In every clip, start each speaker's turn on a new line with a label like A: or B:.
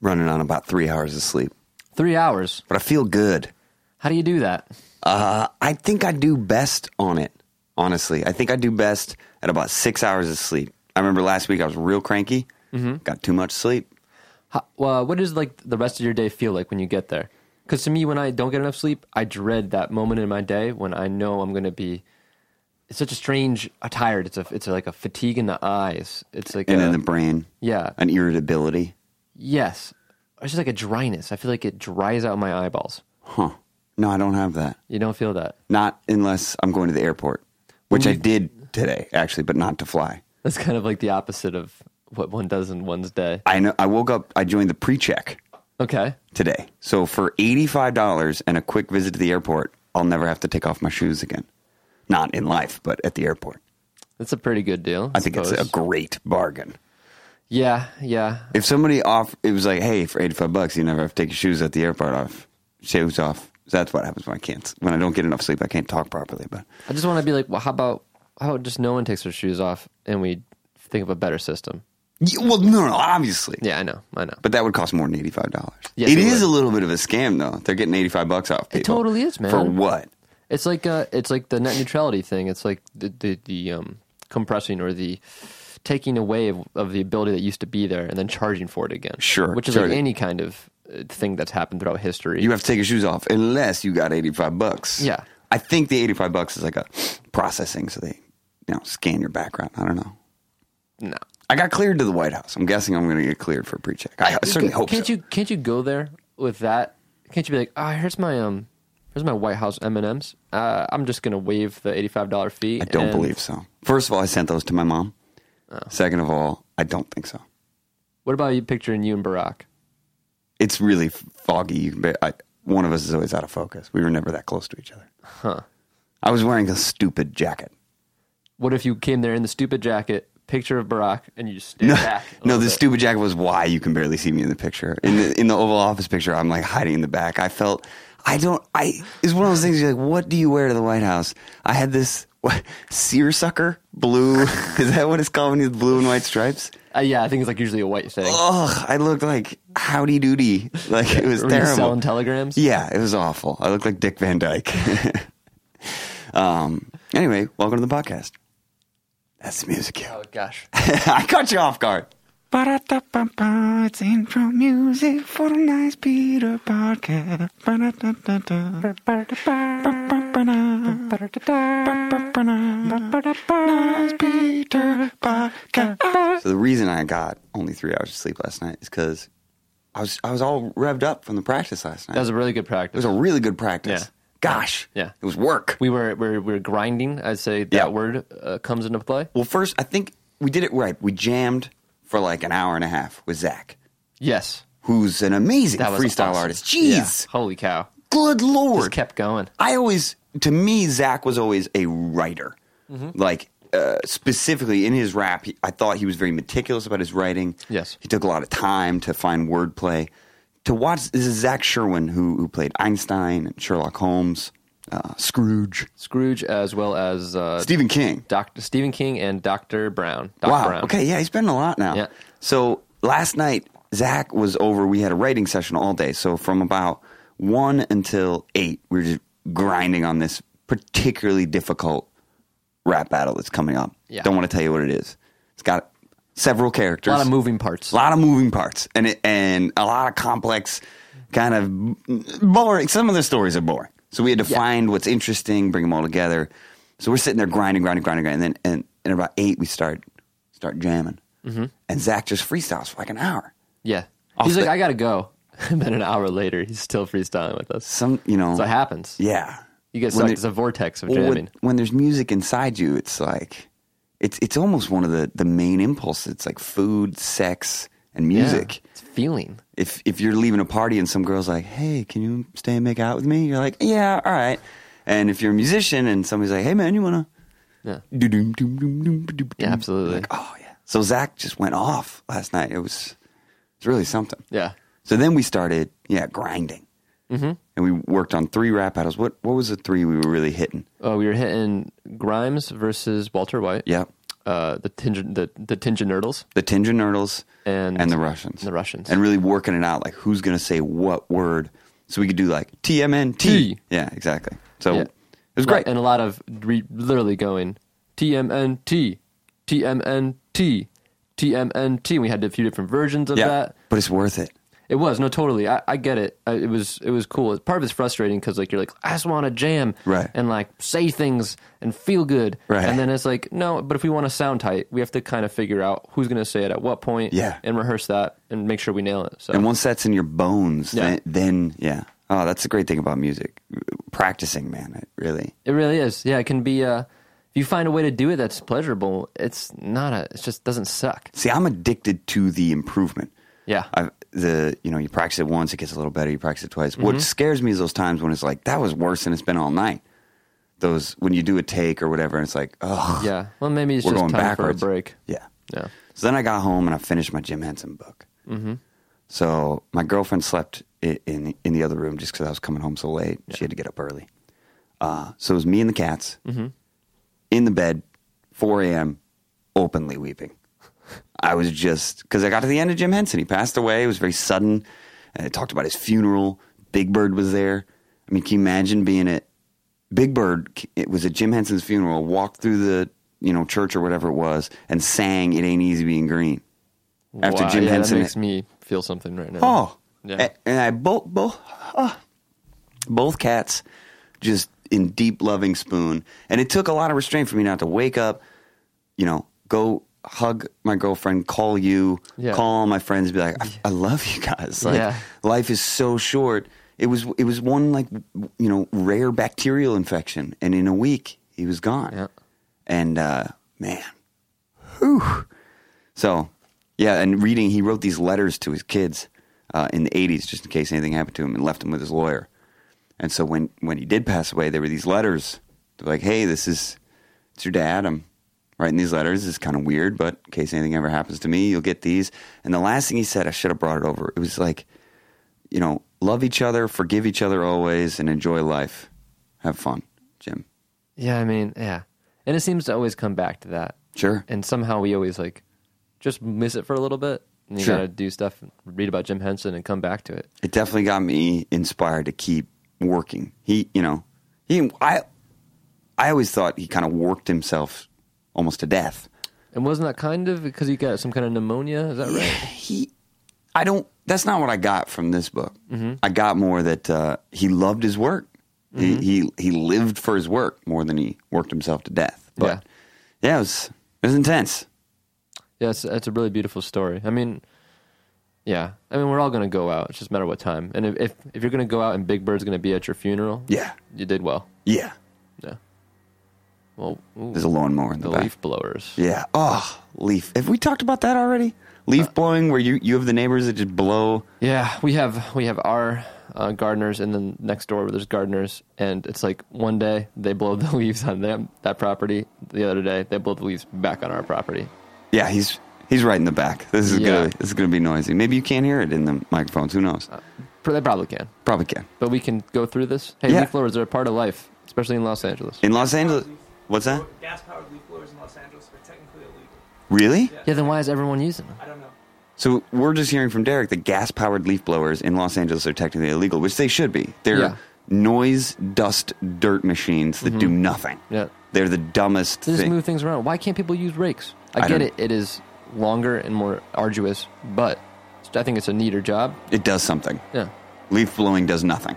A: running on about three hours of sleep,
B: Three hours.
A: but I feel good.
B: How do you do that?
A: Uh, I think I do best on it, honestly. I think I do best at about six hours of sleep. I remember last week I was real cranky, got too much sleep.
B: How, well, what does like the rest of your day feel like when you get there? Because to me, when I don't get enough sleep, I dread that moment in my day when I know I'm going to be. It's such a strange uh, tired. It's a it's like a fatigue in the eyes. It's like
A: And
B: a,
A: in the brain,
B: yeah
A: an irritability.
B: yes. It's just like a dryness. I feel like it dries out my eyeballs.
A: Huh. No, I don't have that.
B: You don't feel that.
A: Not unless I'm going to the airport, which I did today, actually, but not to fly.
B: That's kind of like the opposite of what one does in one's day.
A: I know I woke up, I joined the pre check
B: Okay.
A: today. So for $85 and a quick visit to the airport, I'll never have to take off my shoes again. Not in life, but at the airport.
B: That's a pretty good deal.
A: I think it's a
B: suppose.
A: great bargain.
B: yeah, yeah.
A: If somebody off, it was like, hey, for eighty-five bucks, you never have to take your shoes at the airport off, shoes off. So that's what happens when I can't, when I don't get enough sleep, I can't talk properly. But
B: I just want to be like, well, how about how about just no one takes their shoes off and we think of a better system?
A: Yeah, well, no, no, obviously,
B: Yeah, I know, I know.
A: but that would cost more than eighty-five dollars.
B: Yes,
A: it
B: it
A: is
B: would.
A: a little bit of a scam, though. They're getting eighty-five bucks off. People.
B: totally is,
A: For
B: man.
A: what?
B: It's like uh, it's like the net neutrality thing. It's like the the, the um, compressing or the taking away of, of the ability that used to be there and then charging for it again.
A: Sure,
B: which is
A: sure.
B: like any kind of uh, thing that's happened throughout history.
A: You have to take your shoes off unless you got eighty-five bucks.
B: Yeah.
A: I think the eighty-five bucks is like a processing, so they, you know, scan your background. I don't know.
B: no,
A: I got cleared to the White House. I'm guessing I'm going to get cleared for a pre-check. I certainly hope
B: can't
A: so.
B: you can't you go there with that? Can't you be like, ah, here's my um, here's my White House M and M's. Uh, I'm just gonna waive the eighty five dollar fee.
A: I don't
B: and-
A: believe so. First of all, I sent those to my mom.
B: Oh.
A: Second of all, I don't think so.
B: What about you picturing you and Barack?
A: It's really foggy. You can ba- I, one of us is always out of focus. We were never that close to each other. Huh. I was wearing a stupid jacket.
B: What if you came there in the stupid jacket, picture of Barack, and you just stare back? a
A: no,
B: little
A: the
B: bit?
A: stupid jacket was why you can barely see me in the picture. In the in the Oval Office picture, I'm like hiding in the back. I felt I don't. I it's one of those things. You're like, what do you wear to the White House? I had this what, seersucker blue. is that what it's called when you have blue and white stripes?
B: Uh, yeah, I think it's like usually a white thing.
A: Ugh, I looked like howdy doody. Like it was
B: Were you
A: terrible.
B: selling telegrams?
A: yeah, it was awful. I looked like Dick Van Dyke. um. Anyway, welcome to the podcast. That's the music.
B: Oh gosh.
A: I caught you off guard.
C: Ba-da-da-ba-ba, it's intro music for a nice Peter podcast. Ba-da-da-da-da. Ba-ba-da-ba. Ba-ba-da-da. Nice Peter podcast.
A: So the reason I got only three hours of sleep last night is because I was I was all revved up from the practice last night.
B: That was a really good
A: it
B: practice.
A: was a really good practice.
B: Yeah.
A: Gosh.
B: Yeah.
A: It was work.
B: we were we were, we were grinding. I'd say that
A: Yeah.
B: word uh, comes into play.
A: Well, first I think we did it right. We jammed for like an hour and a half with Zach,
B: Yes,
A: who's an amazing
B: that was
A: freestyle
B: awesome.
A: artist.
B: Yeah.
A: Jeez.
B: holy cow!
A: good
B: Just
A: lord
B: kept going.
A: i always to me zach was always a writer
B: Mm-hmm.
A: like uh, specifically in his rap he, i thought he was very meticulous about his writing
B: Yes.
A: he took a lot of time to find wordplay to watch this is zach sherwin who, who played einstein and sherlock holmes uh, scrooge
B: Scrooge, as well as uh,
A: stephen king
B: Doctor Stephen King and Doctor Brown. Doc
A: wow
B: Brown.
A: okay yeah he's been in a lot now
B: Yeah.
A: so last night zach was over we had a writing session all day so from about one until eight we were just grinding on this particularly difficult rap battle that's coming up
B: Yeah.
A: don't want to tell you what it is it's got several
B: A
A: characters
B: lot of moving parts.
A: a lot of moving parts and it, and a lot of complex kind of boring some of the stories are boring so we had to find what's interesting bring them all together so we're sitting there grinding grinding grinding, grinding and then and, and about eight we start start jamming
B: Mm-hmm.
A: and zach just freestyles for like an hour
B: Yeah. He's
A: the-
B: like, I gotta go. and then an hour later, he's still freestyling with us.
A: some you know
B: So it happens.
A: yeah
B: You get
A: When
B: sucked.
A: they-
B: It's a vortex of
A: Well,
B: jamming.
A: when, when there's music inside you, it's like it's it's almost one of the, the main impulses. It's like food, sex, and
B: Yeah.
A: music.
B: It's feeling.
A: if if you're leaving a party and some girl's like, "Hey, can you stay and make out with me?" You're like, "Yeah, all right." And if you're a musician and somebody's like, "Hey, man, you wanna?"
B: Yeah.
A: Doo-doom, doom, doom, doom, ba-doom,
B: Yeah,
A: doom.
B: absolutely.
A: Like, oh yeah. So Zach just went off last night. It was it's really something.
B: Yeah.
A: So then we started, yeah, grinding, mm-hmm. and we worked on three rap battles. What
B: Oh,
A: what was the three we were really hitting?
B: Uh, we were hitting Grimes versus Walter White.
A: Yep.
B: uh, the Tinja, the the Tinja Nurdles
A: the Tinja Nurdles
B: Mm. and
A: and the Russians.
B: The Russians.
A: And really working it out, like who's going to say what word. So we could do like TMNT.
B: T.
A: Yeah, exactly. So
B: Yeah.
A: it was great.
B: and a lot of re- literally going TMNT, TMNT, TMNT. We had a few different versions of
A: yeah,
B: that.
A: but it's worth it.
B: It was no, totally. I, I get it. I, it was it was cool. Part of it's frustrating because like you're like I just want to jam,
A: Right.
B: And like say things and feel good,
A: Right.
B: And then it's like no, but if we want to sound tight, we have to kind of figure out who's going to say it at what point,
A: Yeah.
B: and rehearse that and make sure we nail it. So
A: And once that's in your bones,
B: Yeah.
A: then, then yeah. Oh, that's the great thing about music. Practicing, man, it really.
B: it really is. Yeah, it can be. Uh, if you find a way to do it that's pleasurable, it's not a. It just doesn't suck.
A: See, I'm addicted to the improvement.
B: Yeah.
A: I've, the you know you practice it once, it gets a little better. You practice it twice.
B: Mm-hmm.
A: What scares me is those times when it's like that was worse than it's been all night. Those when you do a take or whatever, and it's like, oh,
B: Yeah. Well, maybe it's
A: we're
B: just
A: going
B: time
A: backwards.
B: for a break.
A: Yeah.
B: Yeah.
A: So then I got home and I finished my Jim Henson book. Mm-hmm. So my girlfriend slept i- in in the other room just because I was coming home so late. She had to get up early. Uh, so it was me and the cats in the bed, 4 a.m., openly weeping. I was just because I got to the end of Jim Henson. He passed away. It was very sudden. And it talked about his funeral. Big Bird was there. I mean, can you imagine being at Big Bird? It was at Jim Henson's funeral. Walked through the you know church or whatever it was and sang "It Ain't Easy Being Green." After
B: Wow,
A: Jim
B: yeah,
A: Henson,
B: that makes me feel something right now.
A: Oh,
B: Yeah.
A: A- And I both both ah. both cats just in deep loving spoon, and it took a lot of restraint for me not to wake up, you know, go hug my girlfriend, call you,
B: Yeah.
A: call all my friends, be like, I, I love you guys. Like
B: Yeah.
A: life is so short. It was it was one like you know rare bacterial infection, and in a week he was gone.
B: Yeah.
A: And uh, man, whew. So, yeah, and reading, he wrote these letters to his kids uh, in the 80s just in case anything happened to him and left him with his lawyer. And so when, when he did pass away, there were these letters. They're like, hey, this is, it's your dad. I'm writing these letters. It's kind of weird, but in case anything ever happens to me, you'll get these. And the last thing he said, I should have brought it over. It was like, you know, love each other, forgive each other always, and enjoy life. Have fun, Jim.
B: Yeah, I mean, yeah. And it seems to always come back to that.
A: Sure.
B: And somehow we always like just miss it for a little bit. And you
A: Sure.
B: gotta do stuff, read about Jim Henson, and come back to it.
A: it definitely got me inspired to keep working. He, you know, he, I, I always thought he kind of worked himself almost to death.
B: And wasn't that kind of because he got some kind of pneumonia? Is that right?
A: He, I don't. That's not what I got from this book. I got more that uh, he loved his work. He, he he lived for his work more than he worked himself to death. But yeah, it was it was intense.
B: Yes, that's a really beautiful story. I mean, yeah. I mean, we're all gonna go out. It's just a matter of what time. And if if, if you're gonna go out and Big Bird's gonna be at your funeral,
A: Yeah,
B: you did well.
A: yeah.
B: Yeah. Well, ooh,
A: There's a lawnmower in the,
B: the
A: back.
B: leaf blowers.
A: Yeah. Oh, leaf. Have we talked about that already?
B: Uh,
A: Leaf blowing, where you you have the neighbors that just blow.
B: Yeah, we have we have our uh, gardeners, and then next door there's gardeners, and it's like one day they blow the leaves on them that property, the other day they blow the leaves back on our property.
A: Yeah, he's he's right in the back. This is
B: Yeah. Uh,
A: gonna this is gonna be noisy. Maybe you can't hear it in the microphones. Who knows?
B: Pro- They probably can,
A: Probably can.
B: but we can go through this. Hey,
A: Yeah.
B: leaf blowers are a part of life, especially in Los Angeles.
A: In Los Angeles, what's that?
D: Gas powered leaf blowers in Los Angeles are technically illegal.
A: Really?
B: Yeah, then why is everyone using them?
D: I don't know.
A: So we're just hearing from Derek that gas-powered leaf blowers in Los Angeles are technically illegal, which they should be. They're
B: Yeah.
A: noise, dust, dirt machines that do nothing.
B: Mm-hmm. Yeah.
A: They're the dumbest
B: They just
A: thing.
B: move things around. Why can't people use rakes? I,
A: I
B: get
A: don't-
B: it; it is longer and more arduous, but I think it's a neater job.
A: It does something.
B: Yeah.
A: Leaf blowing does nothing.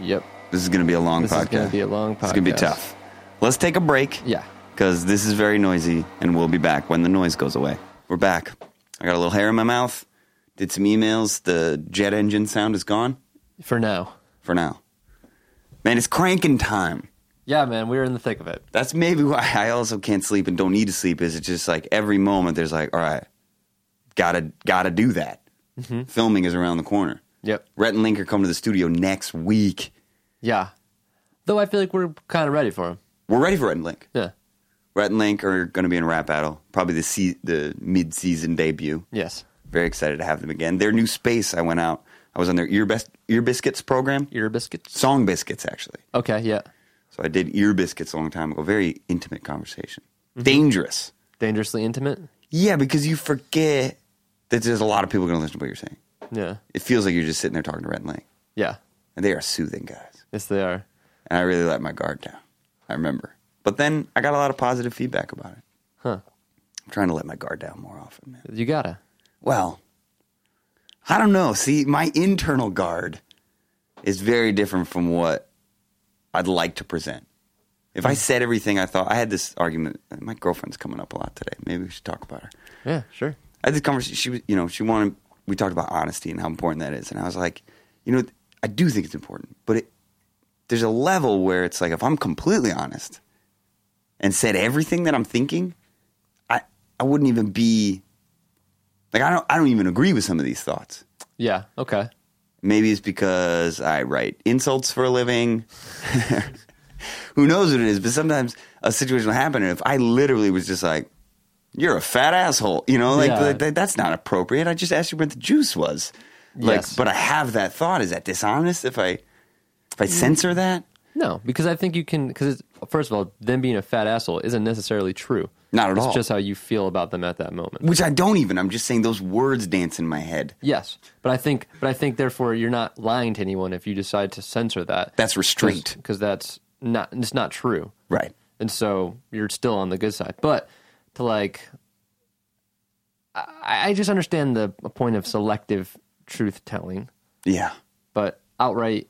B: Yep.
A: This is going to be a long
B: This
A: podcast.
B: is gonna be a long
A: It's going to be
B: podcast.
A: tough. Let's take a break.
B: Yeah.
A: because this is very noisy, and we'll be back when the noise goes away. We're back. I got a little hair in my mouth. Did some emails. The jet engine sound is gone
B: For now.
A: for now. Man, it's cranking time.
B: Yeah, man, we're in the thick of it.
A: That's maybe why I also can't sleep and don't need to sleep. Is it's just like every moment there's like, all right, gotta gotta do that.
B: Mm-hmm.
A: Filming is around the corner.
B: Yep.
A: Rhett and Link are coming to the studio next week.
B: Yeah. Though I feel like we're kind of ready for him.
A: We're ready for Rhett and Link.
B: Yeah.
A: Rhett and Link are going to be in Rap Battle, probably the se- the mid season debut.
B: Yes.
A: Very excited to have them again. Their new space, I went out. I was on their ear, best, ear biscuits program,
B: Ear biscuits.
A: song biscuits actually.
B: Okay. Yeah.
A: So I did ear biscuits a long time ago. Very intimate conversation. dangerous.
B: Dangerously intimate.
A: Yeah, because you forget that there's a lot of people going to listen to what you're saying.
B: Yeah.
A: It feels like you're just sitting there talking to Rhett and Link,
B: Yeah.
A: and they are soothing guys.
B: Yes, they are.
A: And I really let my guard down. I remember, but then I got a lot of positive feedback about it.
B: Huh.
A: I'm trying to let my guard down more often, man.
B: You gotta.
A: Well, I don't know. See, my internal guard is very different from what I'd like to present. If I said everything I thought, I had this argument. My girlfriend's coming up a lot today. Maybe we should talk about her.
B: Yeah. Sure.
A: I had this conversation. She was, you know, she wanted. We talked about honesty and how important that is, and I was like, you know, I do think it's important, but it, there's a level where it's like if I'm completely honest and said everything that I'm thinking, I I wouldn't even be like I don't I don't even agree with some of these thoughts.
B: Yeah. Okay.
A: Maybe it's because I write insults for a living. Who knows what it is? But sometimes a situation will happen, and if I literally was just like, "You're a fat asshole," you know, like
B: Yeah.
A: th- th- that's not appropriate. I just asked you what the juice was. Like,
B: Yes.
A: but I have that thought. Is that dishonest? If I if I
B: Mm.
A: censor that,
B: No, because I think you can. Because first of all, them being a fat asshole isn't necessarily true.
A: Not at
B: it's
A: all.
B: Just how you feel about them at that moment.
A: which I don't even. I'm just saying those words dance in my head.
B: Yes, but I think, but I think, therefore, you're not lying to anyone if you decide to censor that.
A: That's restraint,
B: because that's not it's not true,
A: right?
B: and so you're still on the good side. But to like, I, I just understand the point of selective truth telling,
A: Yeah.
B: but outright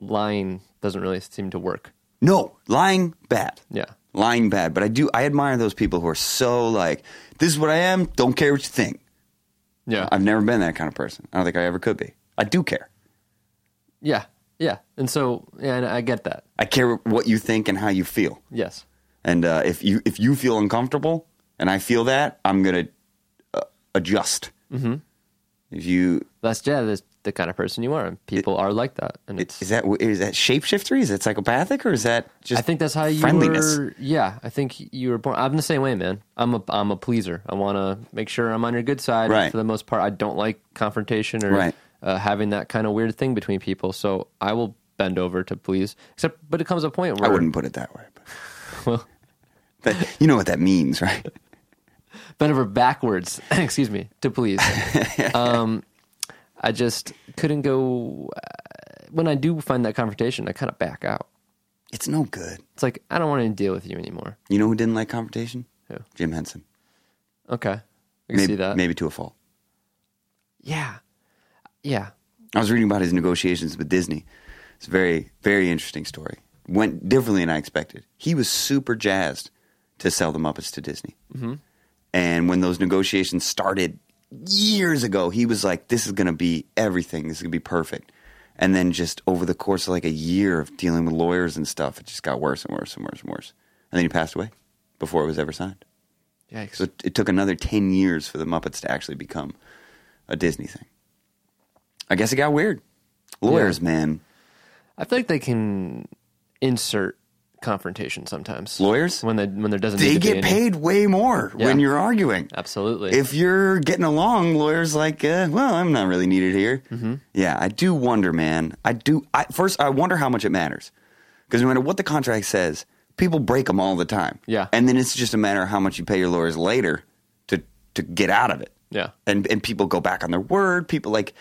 B: lying doesn't really seem to work.
A: No, lying bad.
B: Yeah.
A: lying bad. But I do I admire those people who are so like, this is what I am. Don't care what you think.
B: Yeah.
A: I've never been that kind of person. I don't think I ever could be. I do care.
B: yeah. Yeah. And so, yeah, and I get that.
A: I care what you think and how you feel.
B: Yes.
A: And uh, if you if you feel uncomfortable and I feel that, I'm gonna uh, adjust. Mm-hmm. If you
B: That's yeah, that's the kind of person you are, and people are like that. And it's
A: is that is that shapeshiftery? Is that psychopathic or is that just
B: I think that's how you
A: friendliness?
B: were. Yeah, I think you were born. I'm the same way, man. I'm a I'm a pleaser. I want to make sure I'm on your good side.
A: Right.
B: For the most part, I don't like confrontation or
A: Right.
B: uh, having that kind of weird thing between people. So I will bend over to please. Except, but it comes a point
A: I
B: where
A: wouldn't put it that way. But
B: Well,
A: that, you know what that means, right?
B: bend over backwards. excuse me to please. um, I just couldn't go. uh, When I do find that confrontation, I kind of back out.
A: It's no good.
B: It's like I don't want to deal with you anymore.
A: You know who didn't like confrontation?
B: Who?
A: Jim Henson.
B: Okay, I can
A: Maybe,
B: see that.
A: maybe to a fault.
B: Yeah, yeah.
A: I was reading about his negotiations with Disney. It's a very, very interesting story. Went differently than I expected. He was super jazzed to sell the Muppets to Disney. Mm-hmm. And when those negotiations started years ago, he was like, this is going to be everything. This is going to be perfect. And then just over the course of like a year of dealing with lawyers and stuff, it just got worse and worse and worse and worse. And then he passed away before it was ever signed.
B: Yikes.
A: So it, it took another 10 years for the Muppets to actually become a Disney thing. I guess it got weird. Lawyers, man.
B: I feel like they can insert confrontation sometimes.
A: Lawyers?
B: when they when there doesn't
A: They
B: need to be
A: get
B: any.
A: paid way more when
B: Yeah.
A: you're arguing.
B: Absolutely.
A: If you're getting along, lawyers like, uh, well, I'm not really needed here.
B: Mm-hmm.
A: Yeah, I do wonder, man. I do. I, first, I wonder how much it matters because no matter what the contract says, people break them all the time.
B: Yeah.
A: and then it's just a matter of how much you pay your lawyers later to to get out of it.
B: Yeah.
A: and and people go back on their word. People like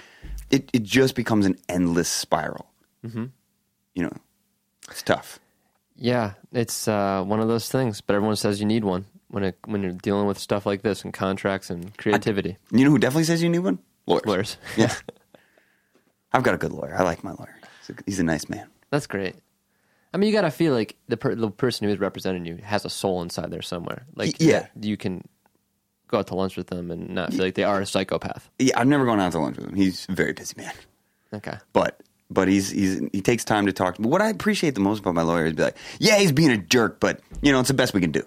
A: it. It just becomes an endless spiral. You know, it's tough.
B: yeah, it's uh, one of those things. But everyone says you need one when it, when you're dealing with stuff like this and contracts and creativity.
A: You know who definitely says you need one? Lawyers.
B: Lawyers.
A: Yeah. I've got a good lawyer. I like my lawyer. He's a, he's a nice man.
B: That's great. I mean, you got to feel like the per- the person who is representing you has a soul inside there somewhere. Like
A: Y- yeah.
B: that you can go out to lunch with them and not feel like they are a psychopath.
A: Yeah, I've never gone out to lunch with him. He's a very busy man.
B: Okay.
A: But but he's he's he takes time to talk. But what I appreciate the most about my lawyer is be like, yeah, he's being a jerk, but you know, it's the best we can do.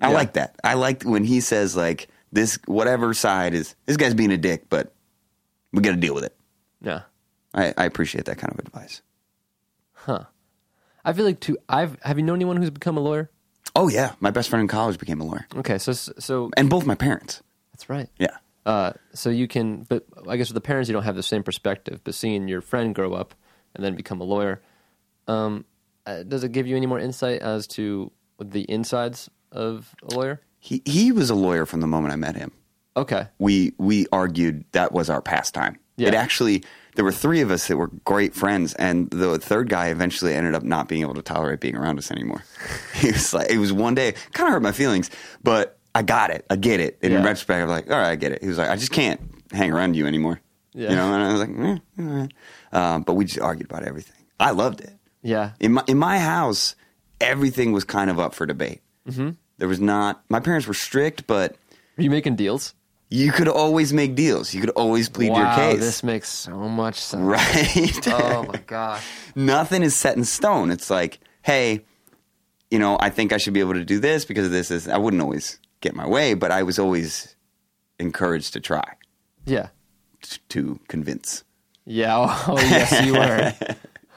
A: I
B: Yeah.
A: like that. I like when he says like this whatever side is this guy's being a dick, but we got to deal with it.
B: Yeah.
A: I, I appreciate that kind of advice.
B: I feel like too. I've have you known anyone who's become a lawyer?
A: Oh yeah, my best friend in college became a lawyer,
B: Okay, so so
A: and both my parents.
B: that's right.
A: Yeah,
B: Uh, so you can, but I guess with the parents, you don't have the same perspective. But seeing your friend grow up and then become a lawyer, um, uh, does it give you any more insight as to the insides of a lawyer?
A: He he was a lawyer from the moment I met him.
B: Okay.
A: We we argued that was our pastime.
B: Yeah.
A: It actually there were three of us that were great friends, and the third guy eventually ended up not being able to tolerate being around us anymore. he was like, it was one day, kind of hurt my feelings, but I got it, I get it. And in
B: Yeah.
A: retrospect, I'm like, all right, I get it. He was like, I just can't hang around you anymore.
B: Yeah.
A: You know, and I was like, eh, all right. Um, but we just argued about everything. I loved it.
B: Yeah.
A: In my in my house, everything was kind of up for debate. Mm-hmm. There was not. My parents were strict, but
B: Are you making deals?
A: you could always make deals. You could always plead
B: wow,
A: your case.
B: this makes so much sense.
A: right.
B: Oh my gosh.
A: Nothing is set in stone. It's like, hey, you know, I think I should be able to do this because of this. this. I wouldn't always get my way, but I was always encouraged to try
B: Yeah.
A: t- to convince.
B: Yeah. Oh, oh, yes, you were.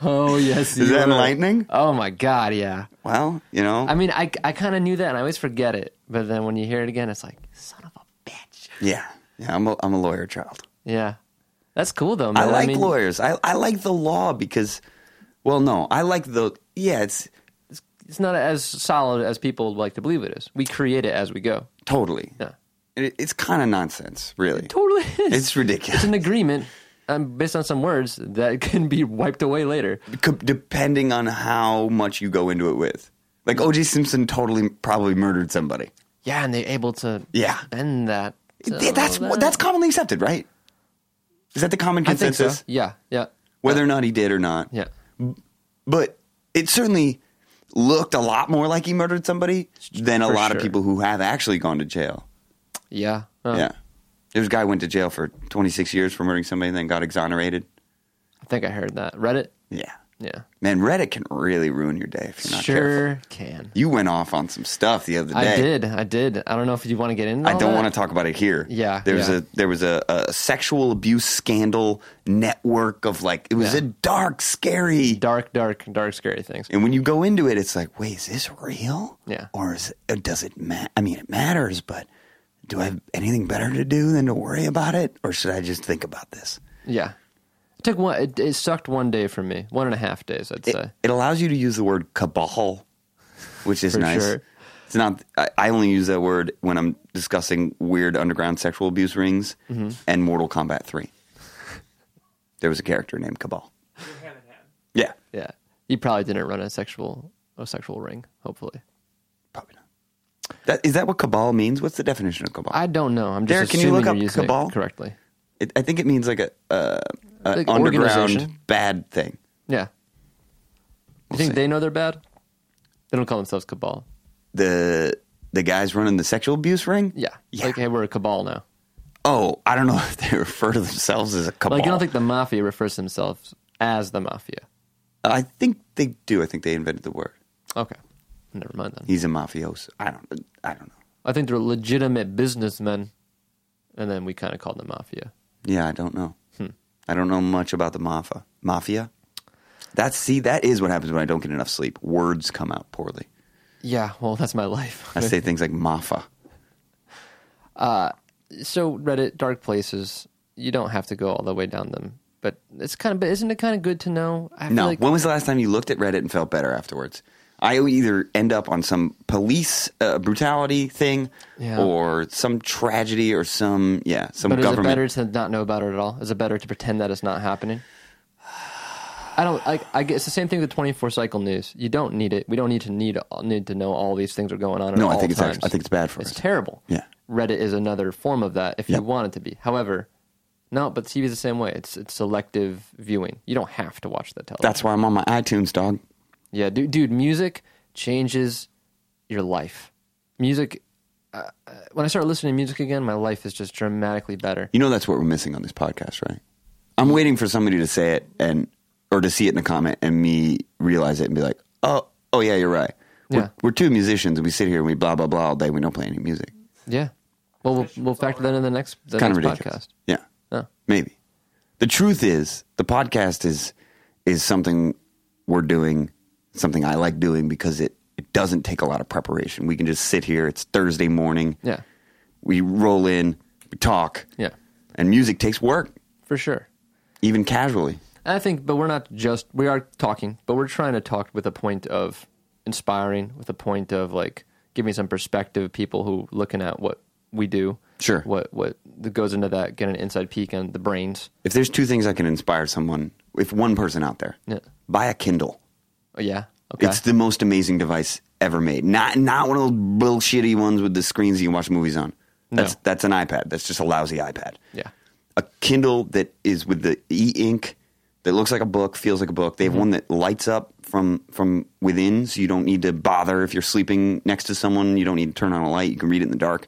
B: Oh yes, you
A: Is that
B: were.
A: enlightening?
B: Oh my god, yeah.
A: Well, you know,
B: I mean, I I kind of knew that, and I always forget it. But then when you hear it again, it's like, son of a bitch.
A: yeah, yeah. I'm a, I'm a lawyer child.
B: Yeah, that's cool though.
A: I
B: Man.
A: like
B: mean,
A: lawyers. I, I like the law because, well, no, I like the yeah. It's
B: It's not as solid as people like to believe it is. We create it as we go.
A: totally.
B: Yeah,
A: It, it's kind of nonsense, really.
B: totally. Is.
A: It's ridiculous.
B: It's an agreement um, based on some words that can be wiped away later.
A: C- depending on how much you go into it with, like O.J. Simpson, totally probably murdered somebody.
B: Yeah, and they're able to
A: Yeah.
B: bend that. to
A: Th- that's
B: that.
A: that's commonly accepted, right? Is that the common
B: I think
A: consensus?
B: so. Yeah, yeah,
A: Whether or not he did or not,
B: yeah.
A: but it certainly looked a lot more like he murdered somebody than a
B: For
A: lot of
B: sure.
A: people who have actually gone to jail.
B: Yeah. Uh,
A: Yeah. There was a guy who went to jail for 26 years for murdering somebody and then got exonerated.
B: I think I heard that. Reddit?
A: Yeah.
B: Yeah.
A: Man, Reddit can really ruin your day if you're not careful.
B: sure can.
A: You went off on some stuff the other day.
B: I did. I did. I don't know if you want to get into
A: I
B: all
A: don't
B: that.
A: want to talk about it here.
B: Yeah,
A: There was
B: yeah.
A: a there was a, a sexual abuse scandal network of like it was
B: Yeah.
A: a dark, scary
B: Dark, dark, dark, scary things.
A: and when you go into it, it's like, wait, is this real?
B: Yeah.
A: Or is it, does it matter? I mean, it matters, but do I have anything better to do than to worry about it, or should I just think about this?
B: Yeah. It took one. It, it sucked one day for me. One and a half days, I'd
A: it,
B: say.
A: it allows you to use the word cabal, which is
B: For
A: nice.
B: sure.
A: It's not. I, I only use that word when I'm discussing weird underground sexual abuse rings
B: Mm-hmm.
A: and Mortal Kombat Three. There was a character named Cabal.
D: Go hand in hand.
A: Yeah,
B: Yeah. You probably didn't run a sexual a sexual ring. Hopefully,
A: probably not. That, is that what Cabal means? What's the definition of Cabal?
B: I don't know. I'm just
A: Derek, can you
B: assuming
A: look
B: are
A: up
B: using
A: cabal?
B: it correctly.
A: it, I think it means like a, uh, an
B: Like organization?
A: underground bad thing.
B: Yeah. you think
A: see.
B: they know they're bad? They don't call themselves cabal.
A: The the guys running the sexual abuse ring.
B: Yeah.
A: Yeah.
B: Like, hey, we're a cabal now.
A: Oh, I don't know if they refer to themselves as a cabal.
B: Like, I don't think the mafia refers to themselves as the mafia.
A: I think they do. I think they invented the word.
B: Okay. Never mind then.
A: He's a mafioso. I don't. I don't know.
B: I think they're legitimate businessmen, and then we kind of call them mafia.
A: Yeah, I don't know.
B: Hmm.
A: I don't know much about the mafia. Mafia. That's see. That is what happens when I don't get enough sleep. Words come out poorly.
B: Yeah, well, that's my life.
A: I say things like mafia.
B: so Reddit, dark places. You don't have to go all the way down them, but it's kind of. But isn't it kind of good to know? I feel
A: No.
B: like,
A: when was the last time you looked at Reddit and felt better afterwards? I either end up on some police uh, brutality thing,
B: Yeah.
A: or some tragedy, or some yeah, some
B: but is it
A: government.
B: better to not know about it at all? Is it better to pretend that it's not happening? I don't. I, I guess it's the same thing with twenty four cycle news. You don't need it. We don't need to need need to know all these things are going on. At
A: No, I
B: all
A: think it's
B: times.
A: act- I think it's bad for
B: it's
A: us.
B: terrible.
A: Yeah.
B: Reddit is another form of that. If
A: Yep.
B: you want it to be, however, no. But TV is the same way. It's it's selective viewing. You don't have to watch the television.
A: That's why I'm on my iTunes, dog.
B: Yeah, dude, dude music changes your life. Music. Uh, uh, when I start listening to music again, my life is just dramatically better.
A: You know that's what we're missing on this podcast, right? I'm waiting for somebody to say it and or to see it in a comment and me realize it and be like, oh, oh yeah, you're right. We're,
B: Yeah.
A: we're two musicians and we sit here and we blah blah blah all day. We don't play any music.
B: Yeah. Well, we'll, we'll factor that in the next the
A: It's kind of
B: next
A: ridiculous.
B: podcast. Oh,
A: Yeah,
B: Yeah.
A: maybe. The truth is, the podcast is is something we're doing, something I like doing because it it doesn't take a lot of preparation. We can just sit here. It's Thursday morning.
B: Yeah.
A: We roll in, we talk.
B: Yeah.
A: and music takes work,
B: For sure.
A: even casually.
B: And I think, but we're not just we are talking, but we're trying to talk with a point of inspiring, with a point of like giving some perspective, people who looking at what we do,
A: Sure.
B: what what goes into that, get an inside peek on the brains.
A: If there's two things I can inspire someone, if one person out there,
B: Yeah.
A: buy a Kindle.
B: Oh, yeah, okay,
A: It's the most amazing device ever made. Not not one of those bullshitty ones with the screens you can watch movies on. That's
B: No.
A: that's an iPad. That's just a lousy iPad.
B: yeah,
A: A Kindle that is with the e-ink that looks like a book, feels like a book. They
B: Mm-hmm.
A: have one that lights up from from within, so you don't need to bother if you're sleeping next to someone. You don't need to turn on a light. You can read it in the dark,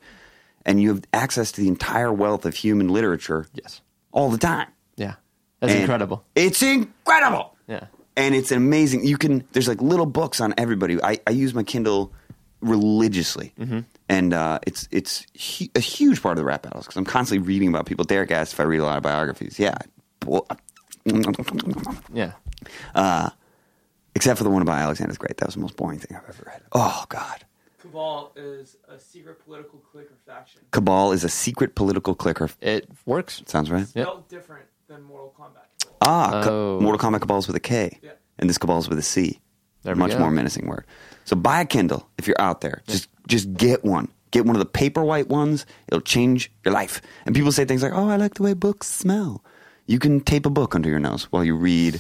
A: and you have access to the entire wealth of human literature.
B: Yes.
A: all the time.
B: yeah, that's
A: And
B: incredible.
A: It's incredible.
B: Yeah.
A: And it's amazing. You can there's like little books on everybody. I, I use my Kindle religiously,
B: Mm-hmm.
A: and uh, it's it's hu- a huge part of the rap battles because I'm constantly reading about people. Derek asked if I read a lot of biographies. Yeah, Well,
B: Yeah,
A: except for the one about Alexander the Great. That was the most boring thing I've ever read. Oh God,
D: Cabal is a secret political clique or faction.
A: Cabal is a secret political clicker.
B: it works.
A: Sounds right.
B: Yep.
D: Spelled different than Mortal Kombat. Cabal.
A: Ah, Ca-
B: Oh.
A: Mortal Kombat Cabal's with a K,
D: Yeah.
A: and this Cabal's with a C.
B: There we
A: Much
B: go.
A: more menacing word. So buy a Kindle if you're out there. Just just get one. Get one of the paperwhite ones. It'll change your life. And people say things like, "Oh, I like the way books smell." You can tape a book under your nose while you read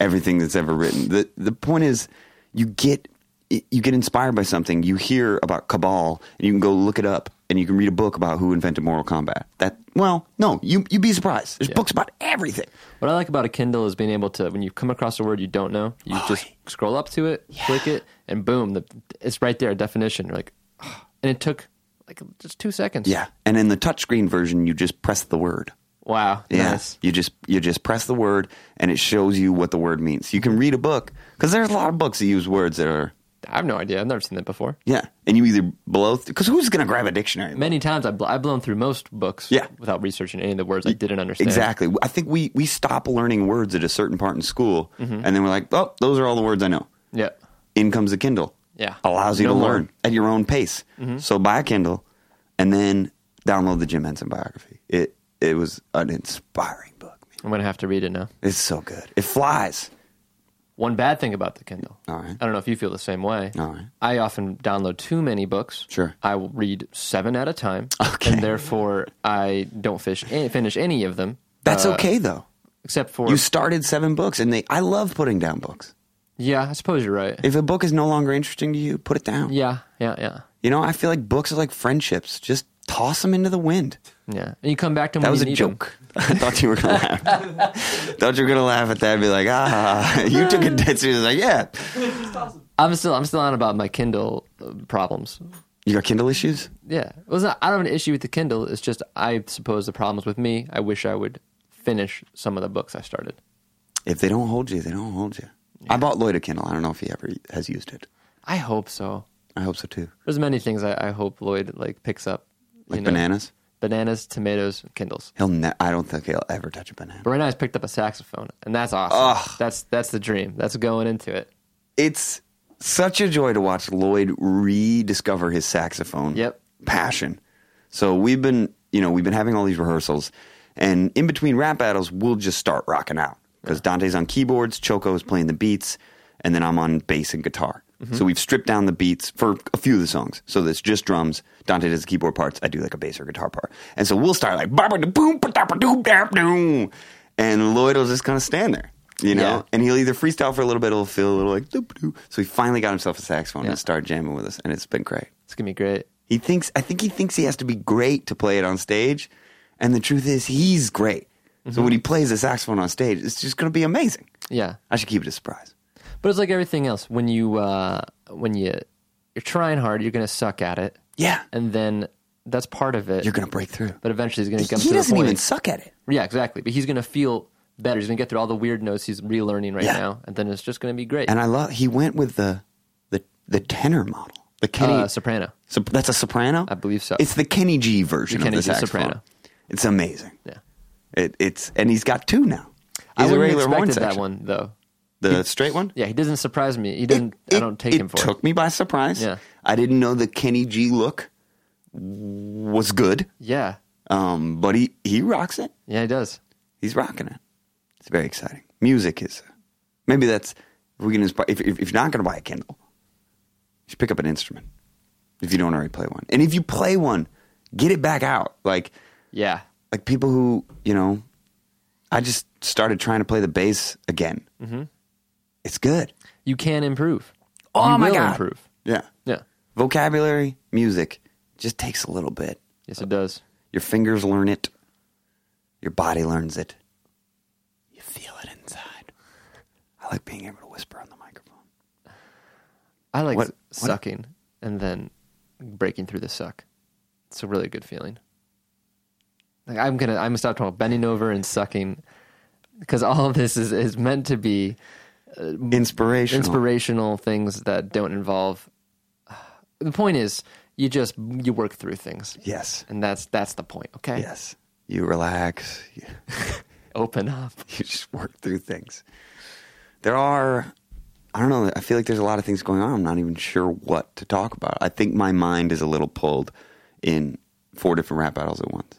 A: everything that's ever written. the The point is, you get you get inspired by something. You hear about Cabal, and you can go look it up, and you can read a book about who invented Mortal Kombat. That well, no, you you'd be surprised. There's books about everything.
B: What I like about a Kindle is being able to, when you come across a word you don't know, you just scroll up to it, click it, and boom, the, it's right there, definition. You're like, "Ah." and it took like just two seconds.
A: Yeah, and in the touchscreen version, you just press the word.
B: Wow.
A: Yeah.
B: Nice.
A: You just you just press the word and it shows you what the word means. You can read a book because there's a lot of books that use words that are
B: I have no idea. I've never seen that before.
A: yeah, and you either blow because who's gonna grab a dictionary?
B: Many times I've, bl- I've blown through most books
A: Yeah.
B: without researching any of the words I didn't understand.
A: Exactly. I think we we stop learning words at a certain part in school,
B: Mm-hmm.
A: and then we're like, oh, those are all the words I know.
B: Yeah.
A: In comes the Kindle.
B: Yeah.
A: allows you
B: No
A: to
B: more. Mm-hmm.
A: learn at your own pace. So buy a Kindle, and then download the Jim Henson biography. It it was an inspiring book. man.
B: I'm going to have to read it now.
A: It's so good. It flies.
B: One bad thing about the Kindle.
A: All right.
B: I don't know if you feel the same way.
A: All right.
B: I often download too many books.
A: Sure.
B: I will read seven at a time.
A: Okay.
B: And therefore, I don't fish, finish any of them.
A: That's
B: Uh,
A: okay though.
B: Except for
A: You started seven books, and they. I love putting down books.
B: Yeah, I suppose you're right.
A: If a book is no longer interesting to you, put it down.
B: yeah, yeah, yeah,
A: You know, I feel like books are like friendships. Just toss them into the wind.
B: yeah. And you come back to them
A: That
B: when
A: was
B: you
A: a
B: need
A: joke. I thought you were gonna laugh. thought you were gonna laugh at that and be like, ah, you took it dead serious. Like, yeah,
B: them. I'm still I'm still on about my Kindle uh, problems.
A: you got Kindle issues.
B: Yeah, it was not, I don't have an issue with the Kindle. It's just I suppose the problems with me. I wish I would finish some of the books I started.
A: If they don't hold you, they don't hold you. I bought Lloyd a Kindle. I don't know if he ever has used it.
B: I hope so.
A: I hope so too.
B: There's many things I, I hope Lloyd like picks up.
A: Like bananas.
B: bananas, tomatoes, Kindles.
A: He'll. Ne- I don't think he'll ever touch a banana.
B: But right now, he's picked up a saxophone, and that's awesome.
A: Ugh.
B: That's that's the dream. That's going into it.
A: it's such a joy to watch Lloyd rediscover his saxophone
B: Yep.
A: passion. So we've been, you know, we've been having all these rehearsals, and in between rap battles, we'll just start rocking out because Dante's on keyboards, Choco is playing the beats, and then I'm on bass and guitar. So we've stripped down the beats for a few of the songs. So that's just drums. Dante does the keyboard parts. I do like a bass or guitar part. And so we'll start like ba ba da boom ba da ba doom da doom, and Lloyd will just kind of stand there, you know,
B: Yeah.
A: and he'll either freestyle for a little bit, he'll feel a little like doop doop. So he finally got himself a saxophone
B: Yeah.
A: and started jamming with us, and it's been great.
B: It's gonna be great.
A: He thinks I think he thinks he has to be great to play it on stage, and the truth is he's great. So
B: Mm-hmm.
A: when he plays the saxophone on stage, it's just going to be amazing.
B: Yeah.
A: I should keep it a surprise.
B: But it's like everything else. When you uh, when you you're trying hard, you're gonna suck at it,
A: Yeah,
B: and then that's part of it.
A: you're going to break through.
B: but eventually, he's gonna come
A: he
B: to
A: doesn't
B: the point.
A: even suck at it.
B: yeah, exactly. But he's gonna feel better. He's gonna get through all the weird notes he's relearning right
A: Yeah.
B: now, and then it's just gonna be great.
A: And I love he went with the the the tenor model. The Kenny
B: uh, soprano.
A: So that's a soprano.
B: I believe so.
A: It's the Kenny G version
B: The Kenny
A: of the
B: G
A: saxophone.
B: soprano.
A: It's amazing.
B: Yeah.
A: It, it's and he's got two now. He's
B: I
A: a
B: wouldn't
A: regular
B: expected
A: horn
B: that
A: section.
B: one though.
A: The straight one.
B: Yeah, he doesn't surprise me. He doesn't. I don't take
A: it
B: him for
A: took
B: it.
A: me by surprise.
B: Yeah.
A: I didn't know the Kenny G look was good,
B: Yeah,
A: um, but he he rocks it.
B: yeah, he does.
A: He's rocking it. It's very exciting. Music is maybe that's if we can inspire. If, if, if you're not going to buy a Kindle, you should pick up an instrument. if you don't already play one. And if you play one, get it back out. Like
B: Yeah.
A: like people who you know, I just started trying to play the bass again. Mm-hmm. It's good.
B: You can improve.
A: Oh
B: you
A: my
B: will
A: God.
B: improve.
A: Yeah,
B: Yeah.
A: vocabulary, music, just takes a little bit.
B: Yes, it does.
A: Your fingers learn it. Your body learns it. You feel it inside. I like being able to whisper on the microphone.
B: I like
A: What-
B: s-
A: what-
B: sucking and then breaking through the suck. It's a really good feeling. Like I'm gonna, I'm gonna stop talking about bending over and sucking because all of this is is meant to be
A: Inspirational.
B: inspirational things that don't involve. The point is, you just you work through things,
A: yes.
B: and that's that's the point. Okay,
A: Yes. You relax. You,
B: open up.
A: you just work through things. There are, I don't know, I feel like there's a lot of things going on. I'm not even sure what to talk about. I think my mind is a little pulled in four different rap battles at once.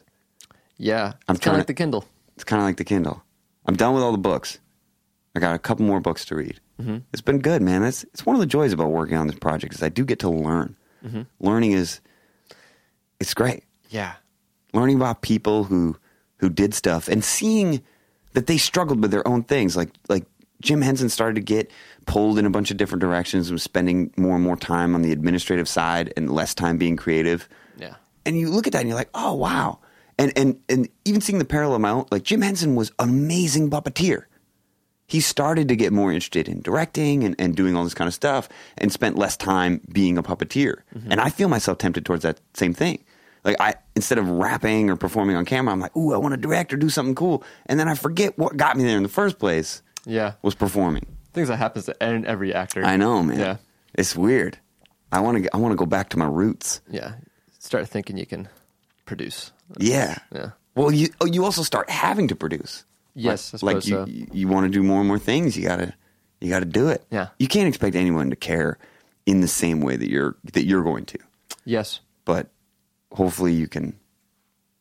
B: Yeah,
A: I'm
B: it's kind
A: trying
B: of like
A: to-
B: the Kindle.
A: It's kind of like the Kindle. I'm done with all the books. I got a couple more books to read. It's been good, man. That's it's one of the joys about working on this project is I do get to learn. Learning is it's great.
B: Yeah,
A: Learning about people who who did stuff and seeing that they struggled with their own things. Like like Jim Henson started to get pulled in a bunch of different directions and was spending more and more time on the administrative side and less time being creative
B: yeah,
A: and you look at that and you're like, oh wow. And and and even seeing the parallel of my own, like Jim Henson was an amazing puppeteer. He started to get more interested in directing and, and doing all this kind of stuff and spent less time being a puppeteer. And I feel myself tempted towards that same thing. Like I instead of rapping or performing on camera, I'm like, ooh, I want to direct or do something cool. And then I forget what got me there in the first place
B: yeah.
A: was performing.
B: Things that happens to en- every actor.
A: I know, man.
B: Yeah,
A: It's weird. I want to I want to go back to my roots.
B: yeah. Start thinking you can produce.
A: Yeah.
B: Yeah.
A: Well, you oh, you also start having to produce.
B: Yes,
A: Like,
B: I
A: like
B: suppose
A: you
B: so.
A: you, you want to do more and more things. You gotta you gotta do it.
B: Yeah.
A: You can't expect anyone to care in the same way that you're that you're going to.
B: Yes.
A: But hopefully, you can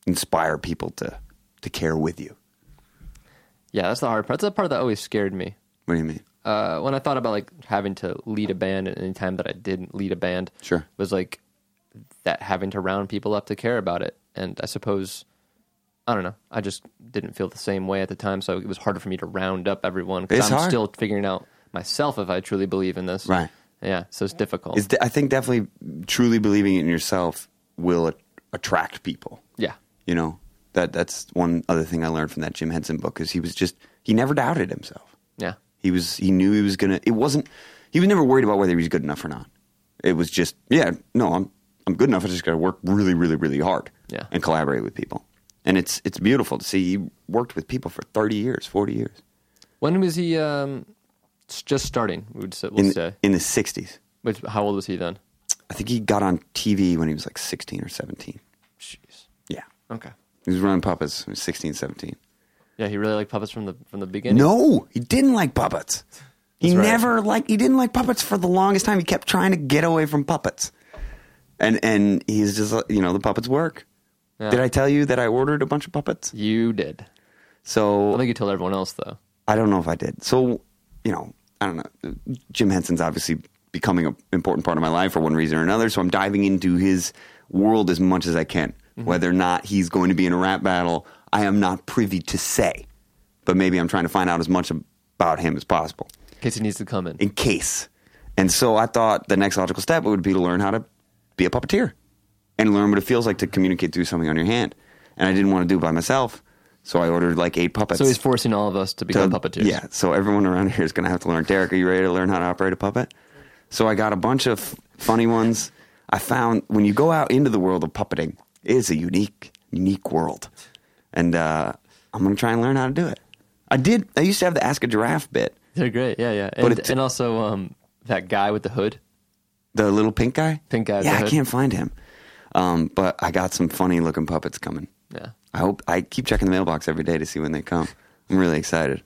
A: inspire people to to care with you.
B: Yeah, that's the hard part. That's the part that always scared me.
A: What do you mean?
B: Uh, when I thought about like having to lead a band at any time that I didn't lead a band,
A: Sure.
B: was like that having to round people up to care about it. And I suppose I don't know. I just didn't feel the same way at the time, so it was harder for me to round up everyone
A: It's
B: because I'm
A: hard.
B: still figuring out myself if I truly believe in this.
A: Right.
B: Yeah. So it's difficult.
A: It's, de- I think definitely truly believing in yourself will a- attract people.
B: yeah.
A: You know that that's one other thing I learned from that Jim Henson book is he was just he never doubted himself.
B: Yeah.
A: He was he knew he was gonna it wasn't he was never worried about whether he was good enough or not. It was just, yeah, no, I'm I'm good enough, I just gotta work really, really, really hard.
B: Yeah.
A: And collaborate with people. And it's it's beautiful to see he worked with people for thirty years, forty years.
B: When was he um, s- just starting? We would say, we'll
A: In
B: say.
A: in the sixties.
B: Which, how old was he then?
A: I think he got on TV when he was like sixteen or seventeen.
B: Jeez.
A: Yeah.
B: Okay.
A: He was running puppets when he was 16, 17.
B: Yeah, he really liked puppets from the from the beginning.
A: No, he didn't like puppets. He
B: That's right.
A: never liked. He didn't like puppets for the longest time. He kept trying to get away from puppets, and and he's just like, you know the puppets work.
B: Yeah.
A: Did I tell you that I ordered a bunch of puppets?
B: You did. I
A: So
B: think you told everyone else though.
A: I don't know if I did. So you know I don't know. Jim Henson's obviously becoming an important part of my life for one reason or another. So I'm diving into his world as much as I can.
B: Mm-hmm.
A: Whether or not he's going to be in a rap battle, I am not privy to say. But maybe I'm trying to find out as much about him as possible.
B: In case he needs to come in.
A: in case. And so I thought the next logical step would be to learn how to be a puppeteer and learn what it feels like to communicate through something on your hand. And I didn't want to do it by myself, so I ordered like eight puppets.
B: so he's forcing all of us to become
A: So-
B: puppeteers.
A: Yeah, so everyone around here is going to have to learn. Derek, are you ready to learn how to operate a puppet? So I got a bunch of funny ones. I found when you go out into the world of puppeting, it is a unique, unique world. And uh, I'm going to try and learn how to do it. I did, I used to have the Ask a Giraffe bit,
B: They're great. Yeah, yeah.
A: But
B: And,
A: it-
B: and also um, that guy with the hood.
A: the little pink guy.
B: Pink guy with
A: Yeah,
B: the
A: I
B: hood.
A: can't find him. Um, but I got some funny looking puppets coming.
B: Yeah.
A: I hope I keep checking the mailbox every day to see when they come. I'm really excited,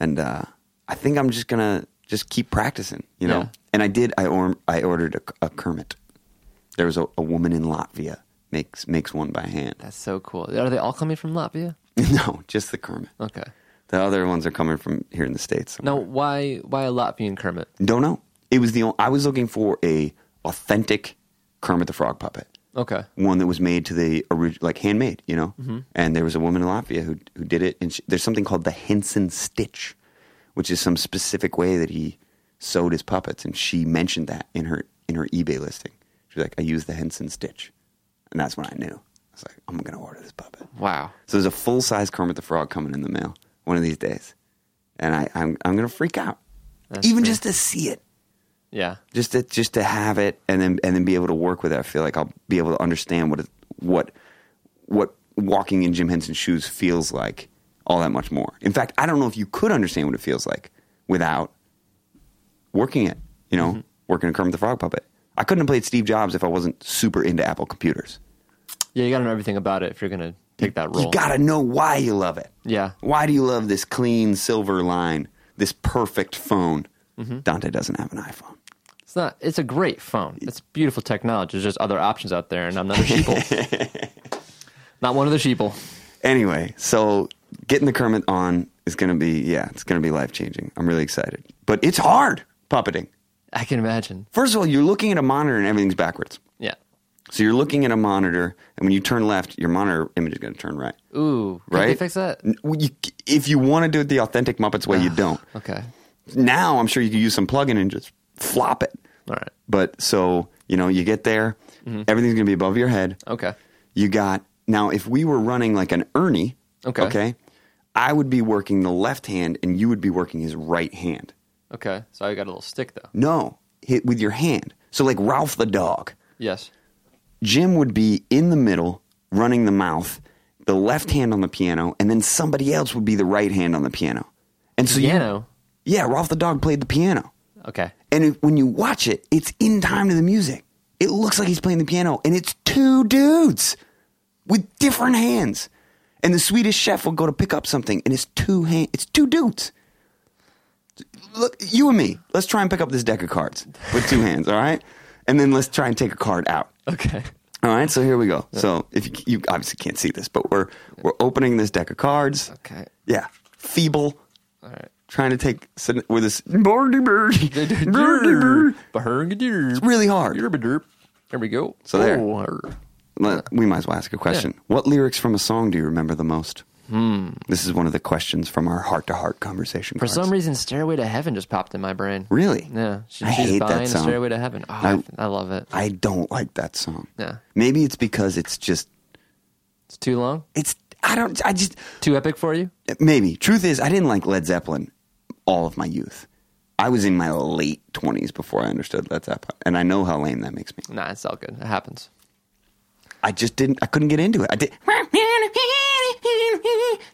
A: and uh, I think I'm just gonna just keep practicing. You know.
B: Yeah.
A: And I did. I or, I ordered a, a Kermit. There was a, a woman in Latvia makes makes one by hand.
B: That's so cool. Are they all coming from Latvia?
A: no, just the Kermit.
B: Okay.
A: The other ones are coming from here in the states.
B: Now why why a Latvian Kermit?
A: Don't know. It was the only, I was looking for a authentic Kermit the Frog puppet,
B: Okay.
A: one that was made to the original, like handmade, you know. And there was a woman in Latvia who who did it, and she, there's something called the Henson stitch, which is some specific way that he sewed his puppets, and she mentioned that in her in her eBay listing. She was like, "I used the Henson stitch," and that's when I knew. I was like, "I'm gonna order this puppet."
B: Wow.
A: So there's a full size Kermit the Frog coming in the mail one of these days, and I, I'm I'm gonna freak out,
B: That's
A: even
B: pretty-
A: just to see it,
B: Yeah.
A: just to just to have it, and then and then be able to work with it. I feel like I'll be able to understand what it, what what walking in Jim Henson's shoes feels like all that much more. In fact, I don't know if you could understand what it feels like without working it. You know, working a Kermit the Frog puppet. I couldn't have played Steve Jobs if I wasn't super into Apple computers.
B: Yeah, you gotta know everything about it if you're gonna take that role.
A: You got to know why you love it.
B: Yeah.
A: Why do you love this clean silver line, this perfect phone? Dante doesn't have an iPhone.
B: It's not. It's a great phone. It's beautiful technology. There's just other options out there, and I'm not a sheeple. not one of the sheeple.
A: Anyway, so getting the Kermit on is going to be, yeah, it's going to be life changing. I'm really excited. But it's hard puppeting.
B: I can imagine.
A: First of all, you're looking at a monitor and everything's backwards.
B: Yeah.
A: So you're looking at a monitor, and when you turn left, your monitor image is going to turn right.
B: Ooh. Can
A: Right?
B: they fix that?
A: N- well, you- If you want to do it the authentic Muppets way, you don't.
B: Okay.
A: Now I'm sure you can use some plug-in and just flop it.
B: All right.
A: But so, you know, you get there, everything's going to be above your head.
B: Okay.
A: You got, now if we were running like an Ernie,
B: Okay.
A: I would be working the left hand and you would be working his right hand.
B: Okay. So I got a little stick though.
A: No, hit with your hand. So, like Ralph the dog,
B: Yes.
A: Jim would be in the middle, running the mouth, the left hand on the piano, and then somebody else would be the right hand on the piano. And so, you,
B: Piano.
A: yeah, Ralph the dog played the piano.
B: Okay.
A: And it, when you watch it, it's in time to the music. It looks like he's playing the piano, and it's two dudes with different hands. And the Swedish chef will go to pick up something, and it's two hand, it's two dudes. Look, you and me. Let's try and pick up this deck of cards with two hands. All right, and then let's try and take a card out.
B: Okay.
A: All right, so here we go. So if you, you obviously can't see this, but we're we're opening this deck of cards.
B: Okay.
A: Yeah, feeble
B: All right.
A: trying to take syn- with this birdie birdie birdie bird.
B: It's
A: really hard.
B: There we go.
A: So there.
B: Oh, arr.
A: Le- We might as well ask a question. What lyrics from a song do you remember the most? This is one of the questions from our heart to heart conversation.
B: Hmm. For some reason, Stairway to Heaven just popped in my brain.
A: really,
B: Yeah. She,
A: I
B: she's
A: hate
B: buying
A: that song.
B: Stairway to Heaven. Oh, I, I love it.
A: I don't like that song.
B: Yeah.
A: maybe it's because it's just
B: It's too long.
A: it's. I don't. I just
B: Too epic for you.
A: maybe. Truth is, I didn't like Led Zeppelin all of my youth. I was in my late twenties before I understood Led Zeppelin, and I know how lame that makes me.
B: Nah, it's all good. It happens.
A: I just didn't. I couldn't get into it. I did.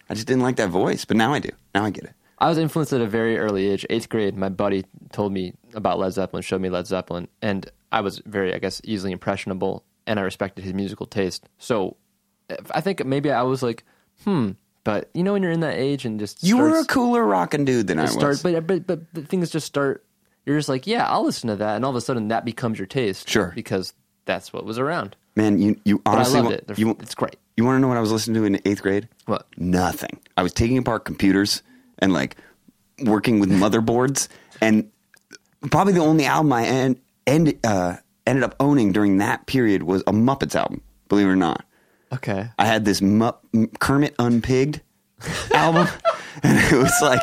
A: I just didn't like that voice, but now I do. Now I get it.
B: I was influenced at a very early age, eighth grade. My buddy told me about Led Zeppelin, showed me Led Zeppelin, and I was very, I guess, easily impressionable, and I respected his musical taste. So, if- I think maybe I was like, hmm. But you know, when you're in that age and just
A: You were a
B: starts-
A: cooler rocking dude than I was.
B: start, but, but but but things just start. You're just like, yeah, I'll listen to that, and all of a sudden that becomes your taste,
A: Sure.
B: because that's what was around.
A: Man, you you
B: But
A: honestly
B: I loved
A: want-
B: it. They're-
A: You,
B: it's great.
A: you want to know what I was listening to in eighth grade?
B: What?
A: Nothing. I was taking apart computers and like working with motherboards, and probably the only album I end, end uh, ended up owning during that period was a Muppets album. Believe it or not,
B: Okay,
A: I had this Mupp Kermit Unpigged album, and it was like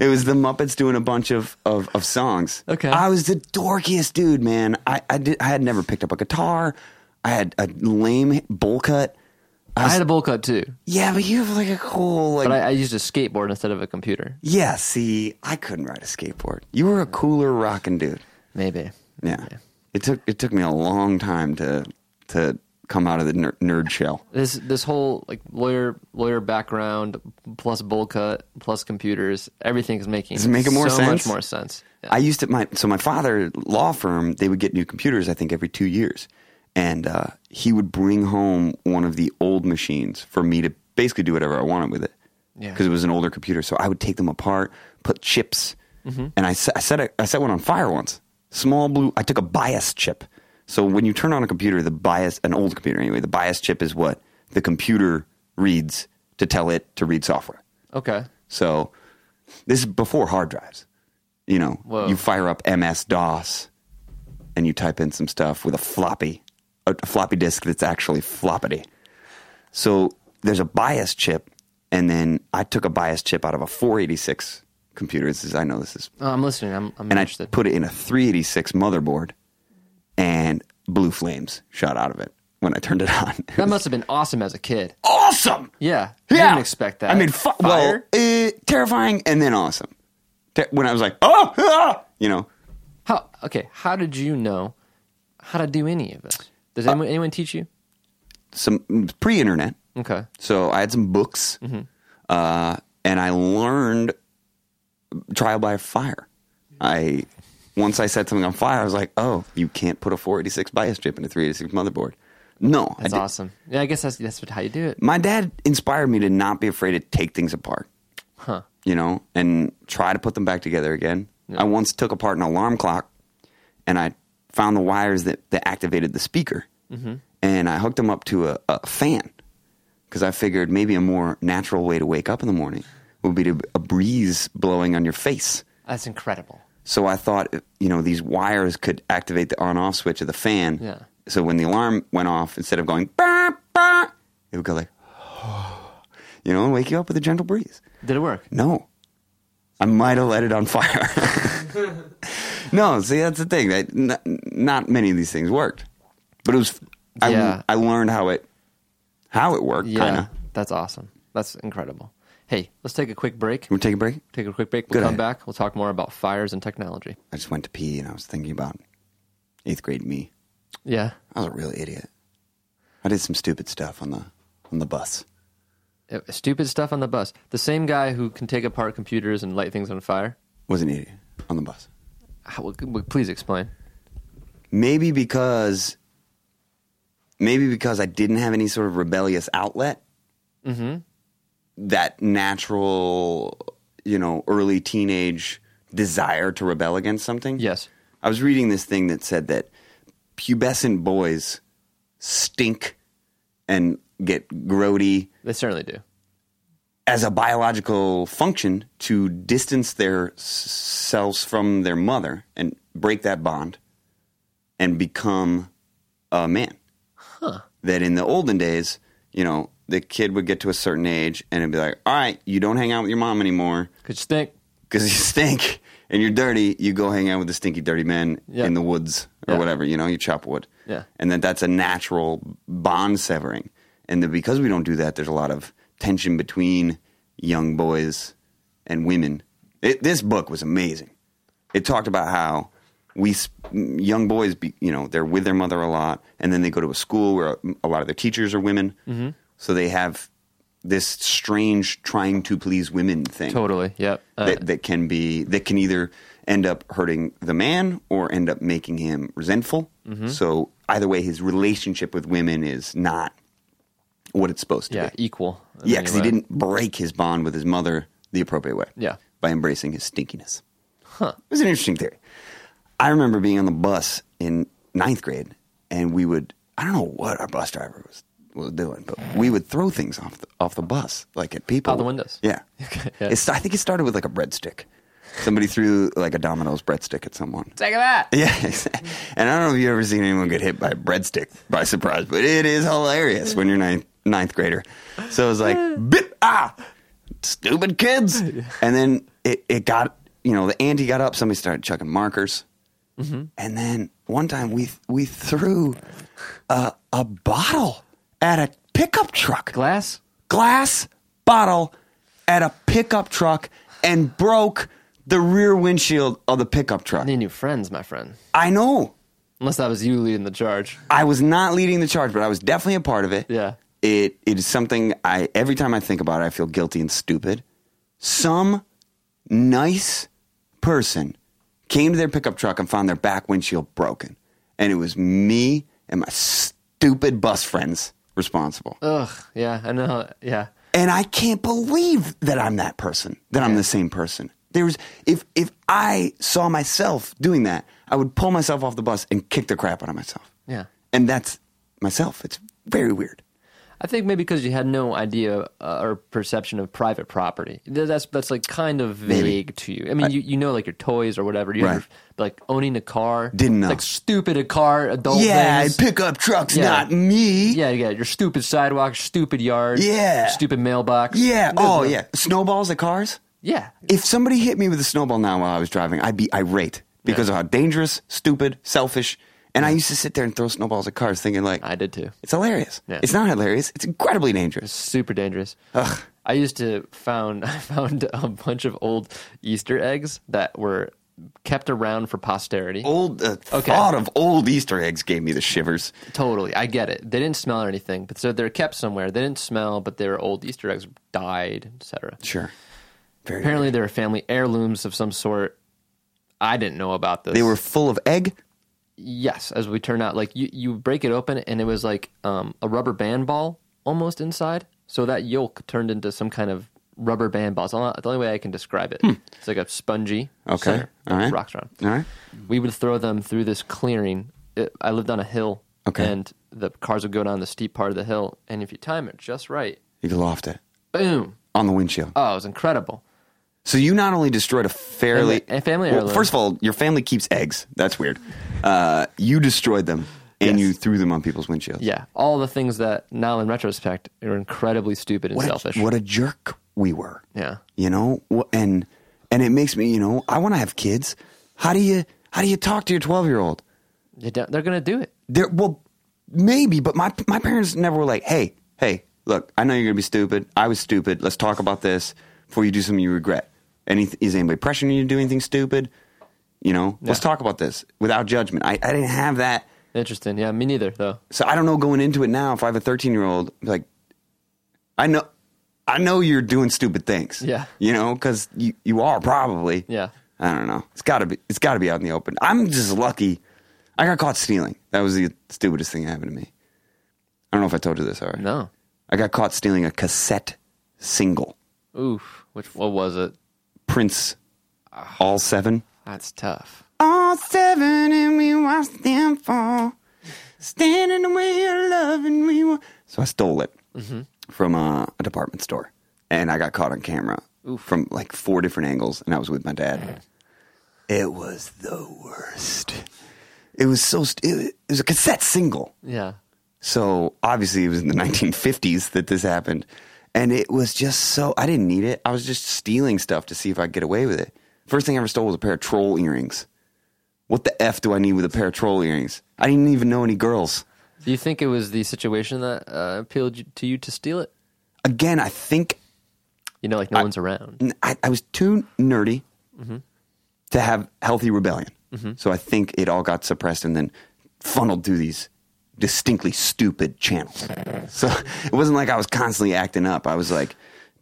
A: it was the Muppets doing a bunch of, of, of songs.
B: Okay.
A: I was the dorkiest dude, man. I I, did, I had never picked up a guitar. I had a lame bowl cut.
B: I had a bowl cut too,
A: Yeah, but you have like a cool like.
B: but I, I used a skateboard instead of a computer.
A: yeah, see, I couldn't ride a skateboard. You were a cooler rocking dude.
B: Maybe.
A: Yeah. It took it took me a long time to to come out of the ner- nerd shell.
B: this this whole like lawyer lawyer background plus bowl cut plus computers everything is making
A: it making more
B: so
A: sense?
B: much more sense Yeah.
A: I used to my so my father law firm they would get new computers I think every two years, and uh, he would bring home one of the old machines for me to basically do whatever I wanted with it
B: Yeah.
A: because it was an older computer. So I would take them apart, put chips,
B: Mm-hmm.
A: and I se- I set a, I set one on fire once. Small blue. I took a bias chip. So when you turn on a computer, the bias an old computer anyway, the bias chip is what the computer reads to tell it to read software.
B: okay
A: So this is before hard drives. You know,
B: Whoa.
A: you fire up MS DOS and you type in some stuff with a floppy a floppy disk that's actually floppity. So there's a bias chip, and then I took a bias chip out of a 486 computer. This is I know this is,
B: Oh, I'm listening. I'm, I'm
A: and I
B: interested.
A: put it in a 386 motherboard, and blue flames shot out of it when I turned it on. It
B: that
A: was
B: must have been awesome as a kid.
A: awesome.
B: Yeah.
A: Yeah.
B: I didn't expect that.
A: I mean, fu- well,
B: Fire?
A: eh, terrifying and then awesome. Ter- when I was like, oh, ah," you know,
B: how? Okay. How did you know how to do any of this?
A: Uh,
B: Does anyone, anyone teach you?
A: some pre internet.
B: Okay.
A: So I had some books, uh, and I learned trial by fire. I once I set something on fire, I was like, "Oh, you can't put a 486 bias chip in a 386 motherboard." No, I
B: That's
A: did-
B: awesome. Yeah, I guess that's that's what, how you do it.
A: My dad inspired me to not be afraid to take things apart,
B: Huh.
A: you know, and try to put them back together again. I once took apart an alarm clock, and I found the wires that that activated the speaker, and I hooked them up to a, a fan because I figured maybe a more natural way to wake up in the morning would be to a breeze blowing on your face.
B: That's incredible.
A: So I thought, you know, these wires could activate the on off switch of the fan.
B: Yeah.
A: So when the alarm went off, instead of going, bah, bah, it would go like, you know, and wake you up with a gentle breeze.
B: Did it work?
A: No. I might have let it on fire. no, see, that's the thing. That not, not many of these things worked. But it was, I,
B: Yeah.
A: I learned how it, how it worked,
B: Yeah.
A: kind of.
B: That's awesome. That's incredible. Hey, let's take a quick break.
A: Can we take a break?
B: Take a quick break. We'll
A: Good
B: come
A: idea.
B: back. We'll talk more about fires and technology.
A: I just went to pee and I was thinking about eighth grade me.
B: Yeah.
A: I was a real idiot. I did some stupid stuff on the on the bus.
B: Uh, Stupid stuff on the bus. The same guy who can take apart computers and light things on fire.
A: Was an idiot on the bus.
B: How, well, well, please explain.
A: Maybe because maybe because I didn't have any sort of rebellious outlet. Mm-hmm. That natural, you know, early teenage desire to rebel against something.
B: Yes.
A: I was reading this thing that said that pubescent boys stink and get grody
B: They certainly do.
A: as a biological function to distance their s- selves from their mother and break that bond and become a man. That in the olden days, you know, the kid would get to a certain age and it'd be like, all right, you don't hang out with your mom anymore
B: Could you stink?
A: because you stink and you're dirty. You go hang out with the stinky, dirty men
B: Yeah.
A: in the woods or
B: Yeah.
A: whatever, you know, you chop wood.
B: Yeah.
A: And that that's a natural bond severing. And that because we don't do that, there's a lot of tension between young boys and women. It, this book was amazing. It talked about how we s- young boys, be, you know, they're with their mother a lot, and then they go to a school where a lot of their teachers are women,
B: Mm-hmm.
A: so they have this strange trying to please women thing
B: Totally. Yep. Uh,
A: that, that can be that can either end up hurting the man or end up making him resentful.
B: Mm-hmm.
A: So either way, his relationship with women is not what it's supposed to
B: yeah.
A: be.
B: Equal. in
A: Yeah,
B: many
A: because he
B: ways.
A: didn't break his bond with his mother the appropriate way.
B: Yeah.
A: by embracing his stinkiness. Huh. It was an interesting theory. I remember being on the bus in ninth grade, and we would I don't know what our bus driver was was doing, but we would throw things off the, off the bus like at people
B: Out the windows.
A: Yeah,
B: yeah.
A: It's, I think it started with like a breadstick. Somebody threw like a Domino's breadstick at someone.
B: Take that.
A: Yeah, exactly. and I don't know if you ever seen anyone get hit by a breadstick by surprise, but it is hilarious when you're ninth, ninth grader. So it was like, bip, ah, stupid kids. And then it, it got, you know, the ante got up. Somebody started chucking markers. And then one time we we threw a, a bottle at a pickup truck
B: Glass.
A: glass bottle at a pickup truck and broke the rear windshield of the pickup truck.
B: Need new friends, my friend.
A: I know.
B: Unless that was you leading the charge.
A: I was not leading the charge, but I was definitely a part of it.
B: Yeah.
A: It it is something I every time I think about it, I feel guilty and stupid. Some nice person came to their pickup truck and found their back windshield broken. And it was me and my stupid bus friends responsible.
B: Ugh. Yeah. I know. Yeah.
A: and I can't believe that I'm that person, that I'm the same person. There's if if I saw myself doing that, I would pull myself off the bus and kick the crap out of myself.
B: Yeah.
A: And that's myself. It's very weird.
B: I think maybe because you had no idea uh, or perception of private property. Th- That's that's like kind of vague
A: Maybe.
B: to you. I mean, you, you know like your toys or whatever. You
A: Right.
B: under- but, like owning a car.
A: Didn't know.
B: Like stupid a car adult
A: yeah,
B: things.
A: pickup trucks,
B: Yeah.
A: not me.
B: yeah, yeah, your stupid sidewalk, stupid yard,
A: Yeah.
B: stupid mailbox,
A: Yeah.
B: There's
A: Oh,
B: no-
A: yeah. Snowballs at cars.
B: yeah,
A: If somebody hit me with a snowball now while I was driving, I'd be irate because of how dangerous, stupid, selfish. And I used to sit there and throw snowballs at cars, thinking like,
B: I did too.
A: it's hilarious.
B: Yeah.
A: It's not hilarious. It's incredibly dangerous.
B: super dangerous. I used to found I found a bunch of old Easter eggs that were kept around for posterity.
A: Old uh,
B: Okay.
A: thought of old Easter eggs gave me the shivers.
B: Totally, I get it. They didn't smell or anything, but so they're kept somewhere. They didn't smell, but they were old Easter eggs, dyed, etc.
A: Sure. Very
B: Apparently, they were family heirlooms of some sort. I didn't know about this.
A: They were full of egg.
B: yes, as we turn out, like you, you break it open and it was like um, a rubber band ball almost inside. So that yolk turned into some kind of rubber band ball. It's the only- the only way I can describe it. It's like a spongy
A: Hmm. Okay.
B: center that
A: All right.
B: rocks around.
A: All right.
B: Mm-hmm. We would throw them through this clearing. It, I lived on a hill,
A: Okay.
B: and the cars would go down the steep part of the hill, and if you time it just right,
A: You loft it
B: boom!
A: on the windshield.
B: Oh, it was incredible.
A: So you not only destroyed a fairly
B: Family- a family
A: Well,
B: heirloom.
A: first of all, your family keeps eggs. That's weird. Uh, you destroyed them and you threw them on people's windshields.
B: Yeah, all the things that now in retrospect are incredibly stupid and
A: What
B: selfish.
A: a, what a jerk we were.
B: Yeah.
A: You know, Wh- and and it makes me, you know, I want to have kids. How do you how do you talk to your 12-year-old?
B: They don't- they're gonna do it.
A: There well maybe, but my my parents never were like, "Hey, hey, look, I know you're going to be stupid. I was stupid. Let's talk about this before you do something you regret." Any is anybody pressuring you to do anything stupid? You know, let's talk about this without judgment. I, I didn't have that.
B: Interesting. Yeah, me neither though.
A: So I don't know going into it now if I have a 13 year old like I know I know you're doing stupid things.
B: Yeah.
A: You know cuz you you are probably.
B: Yeah.
A: I don't know. It's got to be it's got to be out in the open. I'm just lucky I got caught stealing. That was the stupidest thing that happened to me. I don't know if I told you this already.
B: No.
A: I got caught stealing a cassette single.
B: Oof. Which what was it?
A: Prince All 7.
B: That's tough.
A: All 7 and we watched them fall. Standing away of love and we were So I stole it from uh, a, a department store, and I got caught on camera from like four different angles, and I was with my dad. It was the worst. It was so. St- it, it was a cassette single,
B: Yeah.
A: so obviously it was in the 1950s that this happened, and it was just so. I didn't need it. I was just stealing stuff to see if I could get away with it. First thing I ever stole was a pair of troll earrings. What the f do I need with a pair of troll earrings? I didn't even know any girls.
B: Do you think it was the situation that uh, appealed you- to you to steal it?
A: Again, I think
B: You know, like no one's around.
A: n- I, I was too nerdy to have healthy rebellion. So I think it all got suppressed and then funneled through these distinctly stupid channels. So it wasn't like I was constantly acting up. I was like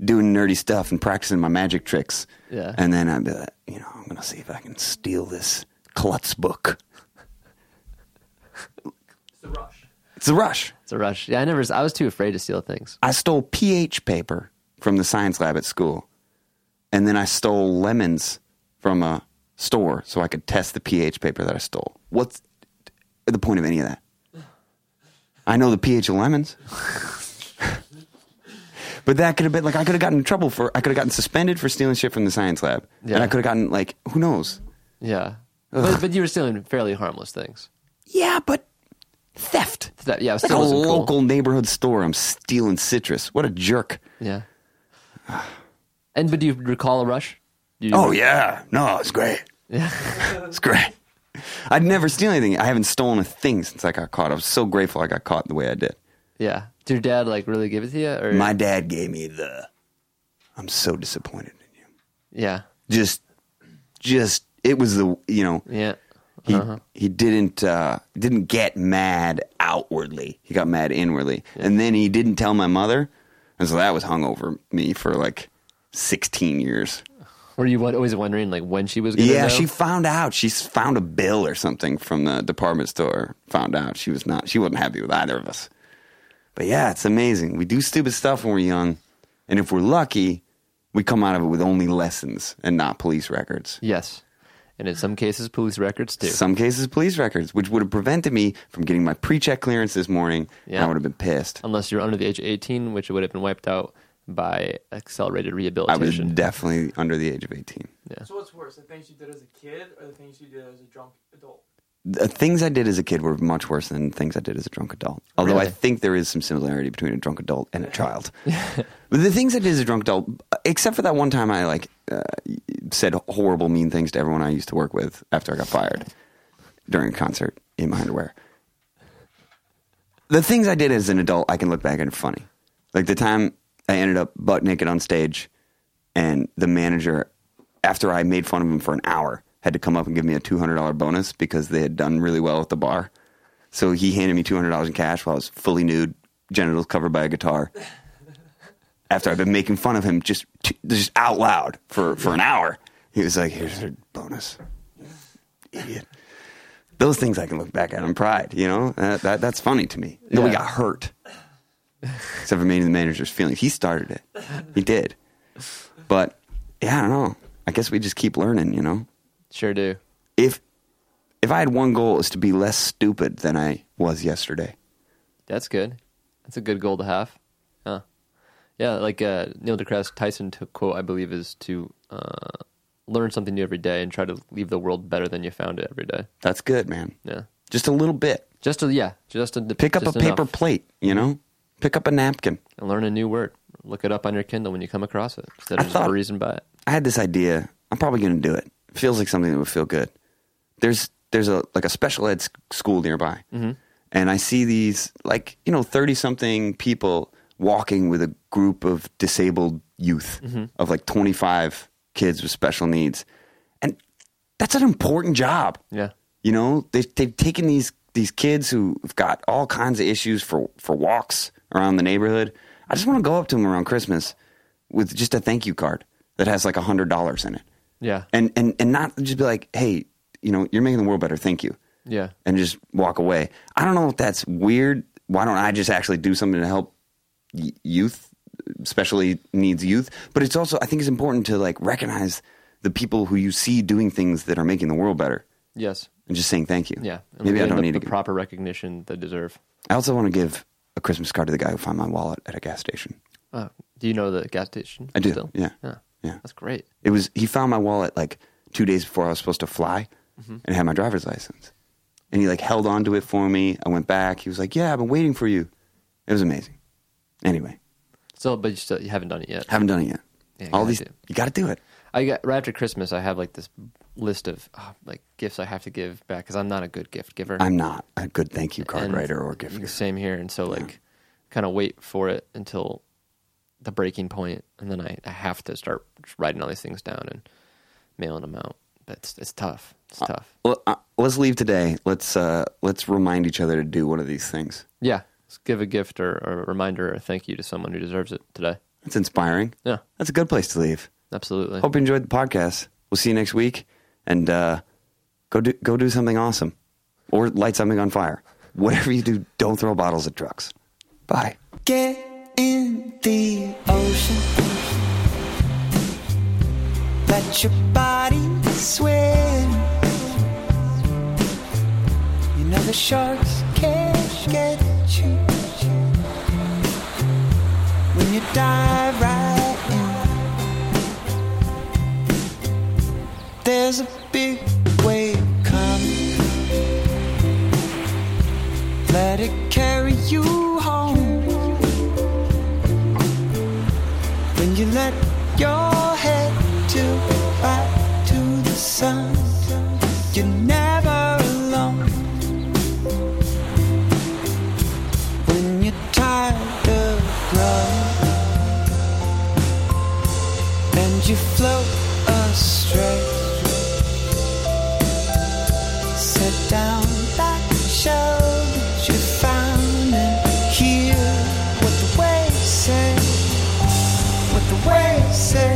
A: doing nerdy stuff and practicing my magic tricks.
B: Yeah.
A: And then I'd be like, you know, I'm going to see if I can steal this klutz book.
D: It's the rush.
A: It's a rush.
B: It's a rush. Yeah, I never. I was too afraid to steal things.
A: I stole pH paper from the science lab at school, and then I stole lemons from a store so I could test the pH paper that I stole. What's the point of any of that? I know the pH of lemons. but that could have been like I could have gotten in trouble for I could have gotten suspended for stealing shit from the science lab.
B: Yeah.
A: And I could have gotten like who knows?
B: Yeah. But, but you were stealing fairly harmless things.
A: Yeah, but theft.
B: That, yeah, it
A: It's like
B: still
A: a
B: wasn't cool.
A: local neighborhood store. I'm stealing citrus. What a jerk.
B: Yeah. And but do you recall a rush? Do you-
A: Oh yeah, no, it's great.
B: Yeah.
A: it's great. I'd never steal anything. I haven't stolen a thing since I got caught. I was so grateful I got caught the way I did.
B: yeah. Did your dad like really give it to you? Or
A: My dad gave me the. I'm so disappointed in you.
B: yeah,
A: Just, just it was the you know
B: yeah,
A: he
B: Uh-huh.
A: he didn't uh, didn't get mad outwardly. He got mad inwardly, and then he didn't tell my mother, and so that was hung over me for like 16 years.
B: Were you won- always wondering like when she was? Gonna
A: Yeah,
B: know?
A: she found out. She s- found a bill or something from the department store. Found out she was not. She wasn't happy with either of us. But yeah, it's amazing. We do stupid stuff when we're young, and if we're lucky, we come out of it with only lessons and not police records.
B: Yes. and in some cases, police records too.
A: Some cases, police records, which would have prevented me from getting my pre-check clearance this morning. And
B: Yeah.
A: I would have been pissed.
B: Unless you're under the age of 18, which would have been wiped out by
A: I
B: accelerated
A: was
B: rehabilitation.
A: definitely under the age of 18.
D: So what's worse, the things you did as a kid or the things you did as a drunk adult?
A: The things I did as a kid were much worse than things I did as a drunk adult. Although I
B: Really?
A: think there is some similarity between a drunk adult and a child. but the things I did as a drunk adult, except for that one time I like uh, said horrible, mean things to everyone I used to work with after I got fired during a concert in my underwear. The things I did as an adult, I can look back and are funny. Like the time I ended up butt naked on stage, and the manager, after I made fun of him for an hour, had to come up and give me a two hundred dollar bonus because they had done really well at the bar. So he handed me two hundred dollars in cash while I was fully nude, genitals covered by a guitar. After I've been making fun of him just just out loud for for an hour, he was like, "Here's your bonus, idiot." Those things I can look back at in pride, you know? That, that, that's funny to me. Nobody
B: Yeah.
A: got hurt. Except for maybe the manager's feelings. He started it. He did. But yeah, I don't know. I guess we just keep learning, you know.
B: Sure do.
A: If if I had one goal is to be less stupid than I was yesterday.
B: That's good. That's a good goal to have. Huh. Yeah, like uh, Neil deGrasse Tyson to quote, I believe, is to uh, learn something new every day and try to leave the world better than you found it every day.
A: That's good, man.
B: Yeah.
A: Just a little bit.
B: Just to, yeah, just to
A: Pick up
B: just
A: a paper
B: enough.
A: plate, you know? Pick up a napkin.
B: and learn a new word. Look it up on your Kindle when you come across it instead
A: I
B: of just
A: thought-
B: breezing by it.
A: I had this idea. I'm probably going to do it. It feels like something that would feel good. There's there's a like a special ed s- school nearby,
B: Mm-hmm.
A: and I see these like you know thirty something people walking with a group of disabled youth
B: Mm-hmm.
A: of like 25 kids with special needs, and that's an important job.
B: Yeah.
A: You know, they, they've taken these these kids who've got all kinds of issues for for walks around the neighborhood. I just want to go up to them around Christmas with just a thank you card that has like hundred dollars in it,
B: Yeah.
A: and and and not just be like, hey, you know, you're making the world better. Thank you,
B: Yeah.
A: and just walk away. I don't know if that's weird. Why don't I just actually do something to help y- youth, especially needs youth? But it's also I think it's important to like recognize the people who you see doing things that are making the world better
B: Yes.
A: and just saying thank you.
B: Yeah. And
A: Maybe I
B: giving
A: don't
B: them
A: need
B: the
A: to.
B: proper recognition they deserve.
A: I also want to give a Christmas card to the guy who found my wallet at a gas station.
B: Uh, do you know the gas station?
A: I do.
B: Still?
A: Yeah.
B: Yeah.
A: Yeah.
B: That's great.
A: It was he found my wallet like two days before I was supposed to fly,
B: Mm-hmm.
A: and had my driver's license. And he like held on to it for me. I went back. He was like, "Yeah, I've been waiting for you." It was amazing. Anyway,
B: Still, but you still you haven't done it yet.
A: haven't done it yet.
B: Yeah, you
A: All
B: gotta
A: these
B: do it.
A: you got to do it.
B: I got right after Christmas. I have like this list of uh, like gifts I have to give back because I'm not a good gift giver.
A: I'm not a good thank you card
B: And
A: writer or gift giver.
B: Same here, and so like, kind of wait for it until the breaking point, and then I, I have to start writing all these things down and mailing them out. That's it's tough. It's tough.
A: Well, uh, let's leave today. Let's uh, let's remind each other to do one of these things.
B: Yeah, let's give a gift or, or a reminder or a thank you to someone who deserves it today.
A: That's inspiring.
B: Yeah,
A: That's a good place to leave.
B: absolutely.
A: Hope you enjoyed the podcast. We'll see you next week, and uh, go do go do something awesome, or light something on fire. Whatever you do, don't throw bottles at trucks. Bye.
C: Get in the ocean. Let your body swim. You know the sharks can't get you when you dive right in. There's a big wave coming. Let it carry you home when you let your head tilt back to the sun. You're never alone. When you're tired of love and you float astray, set down that shoulder you found and hear what the waves say what the waves say.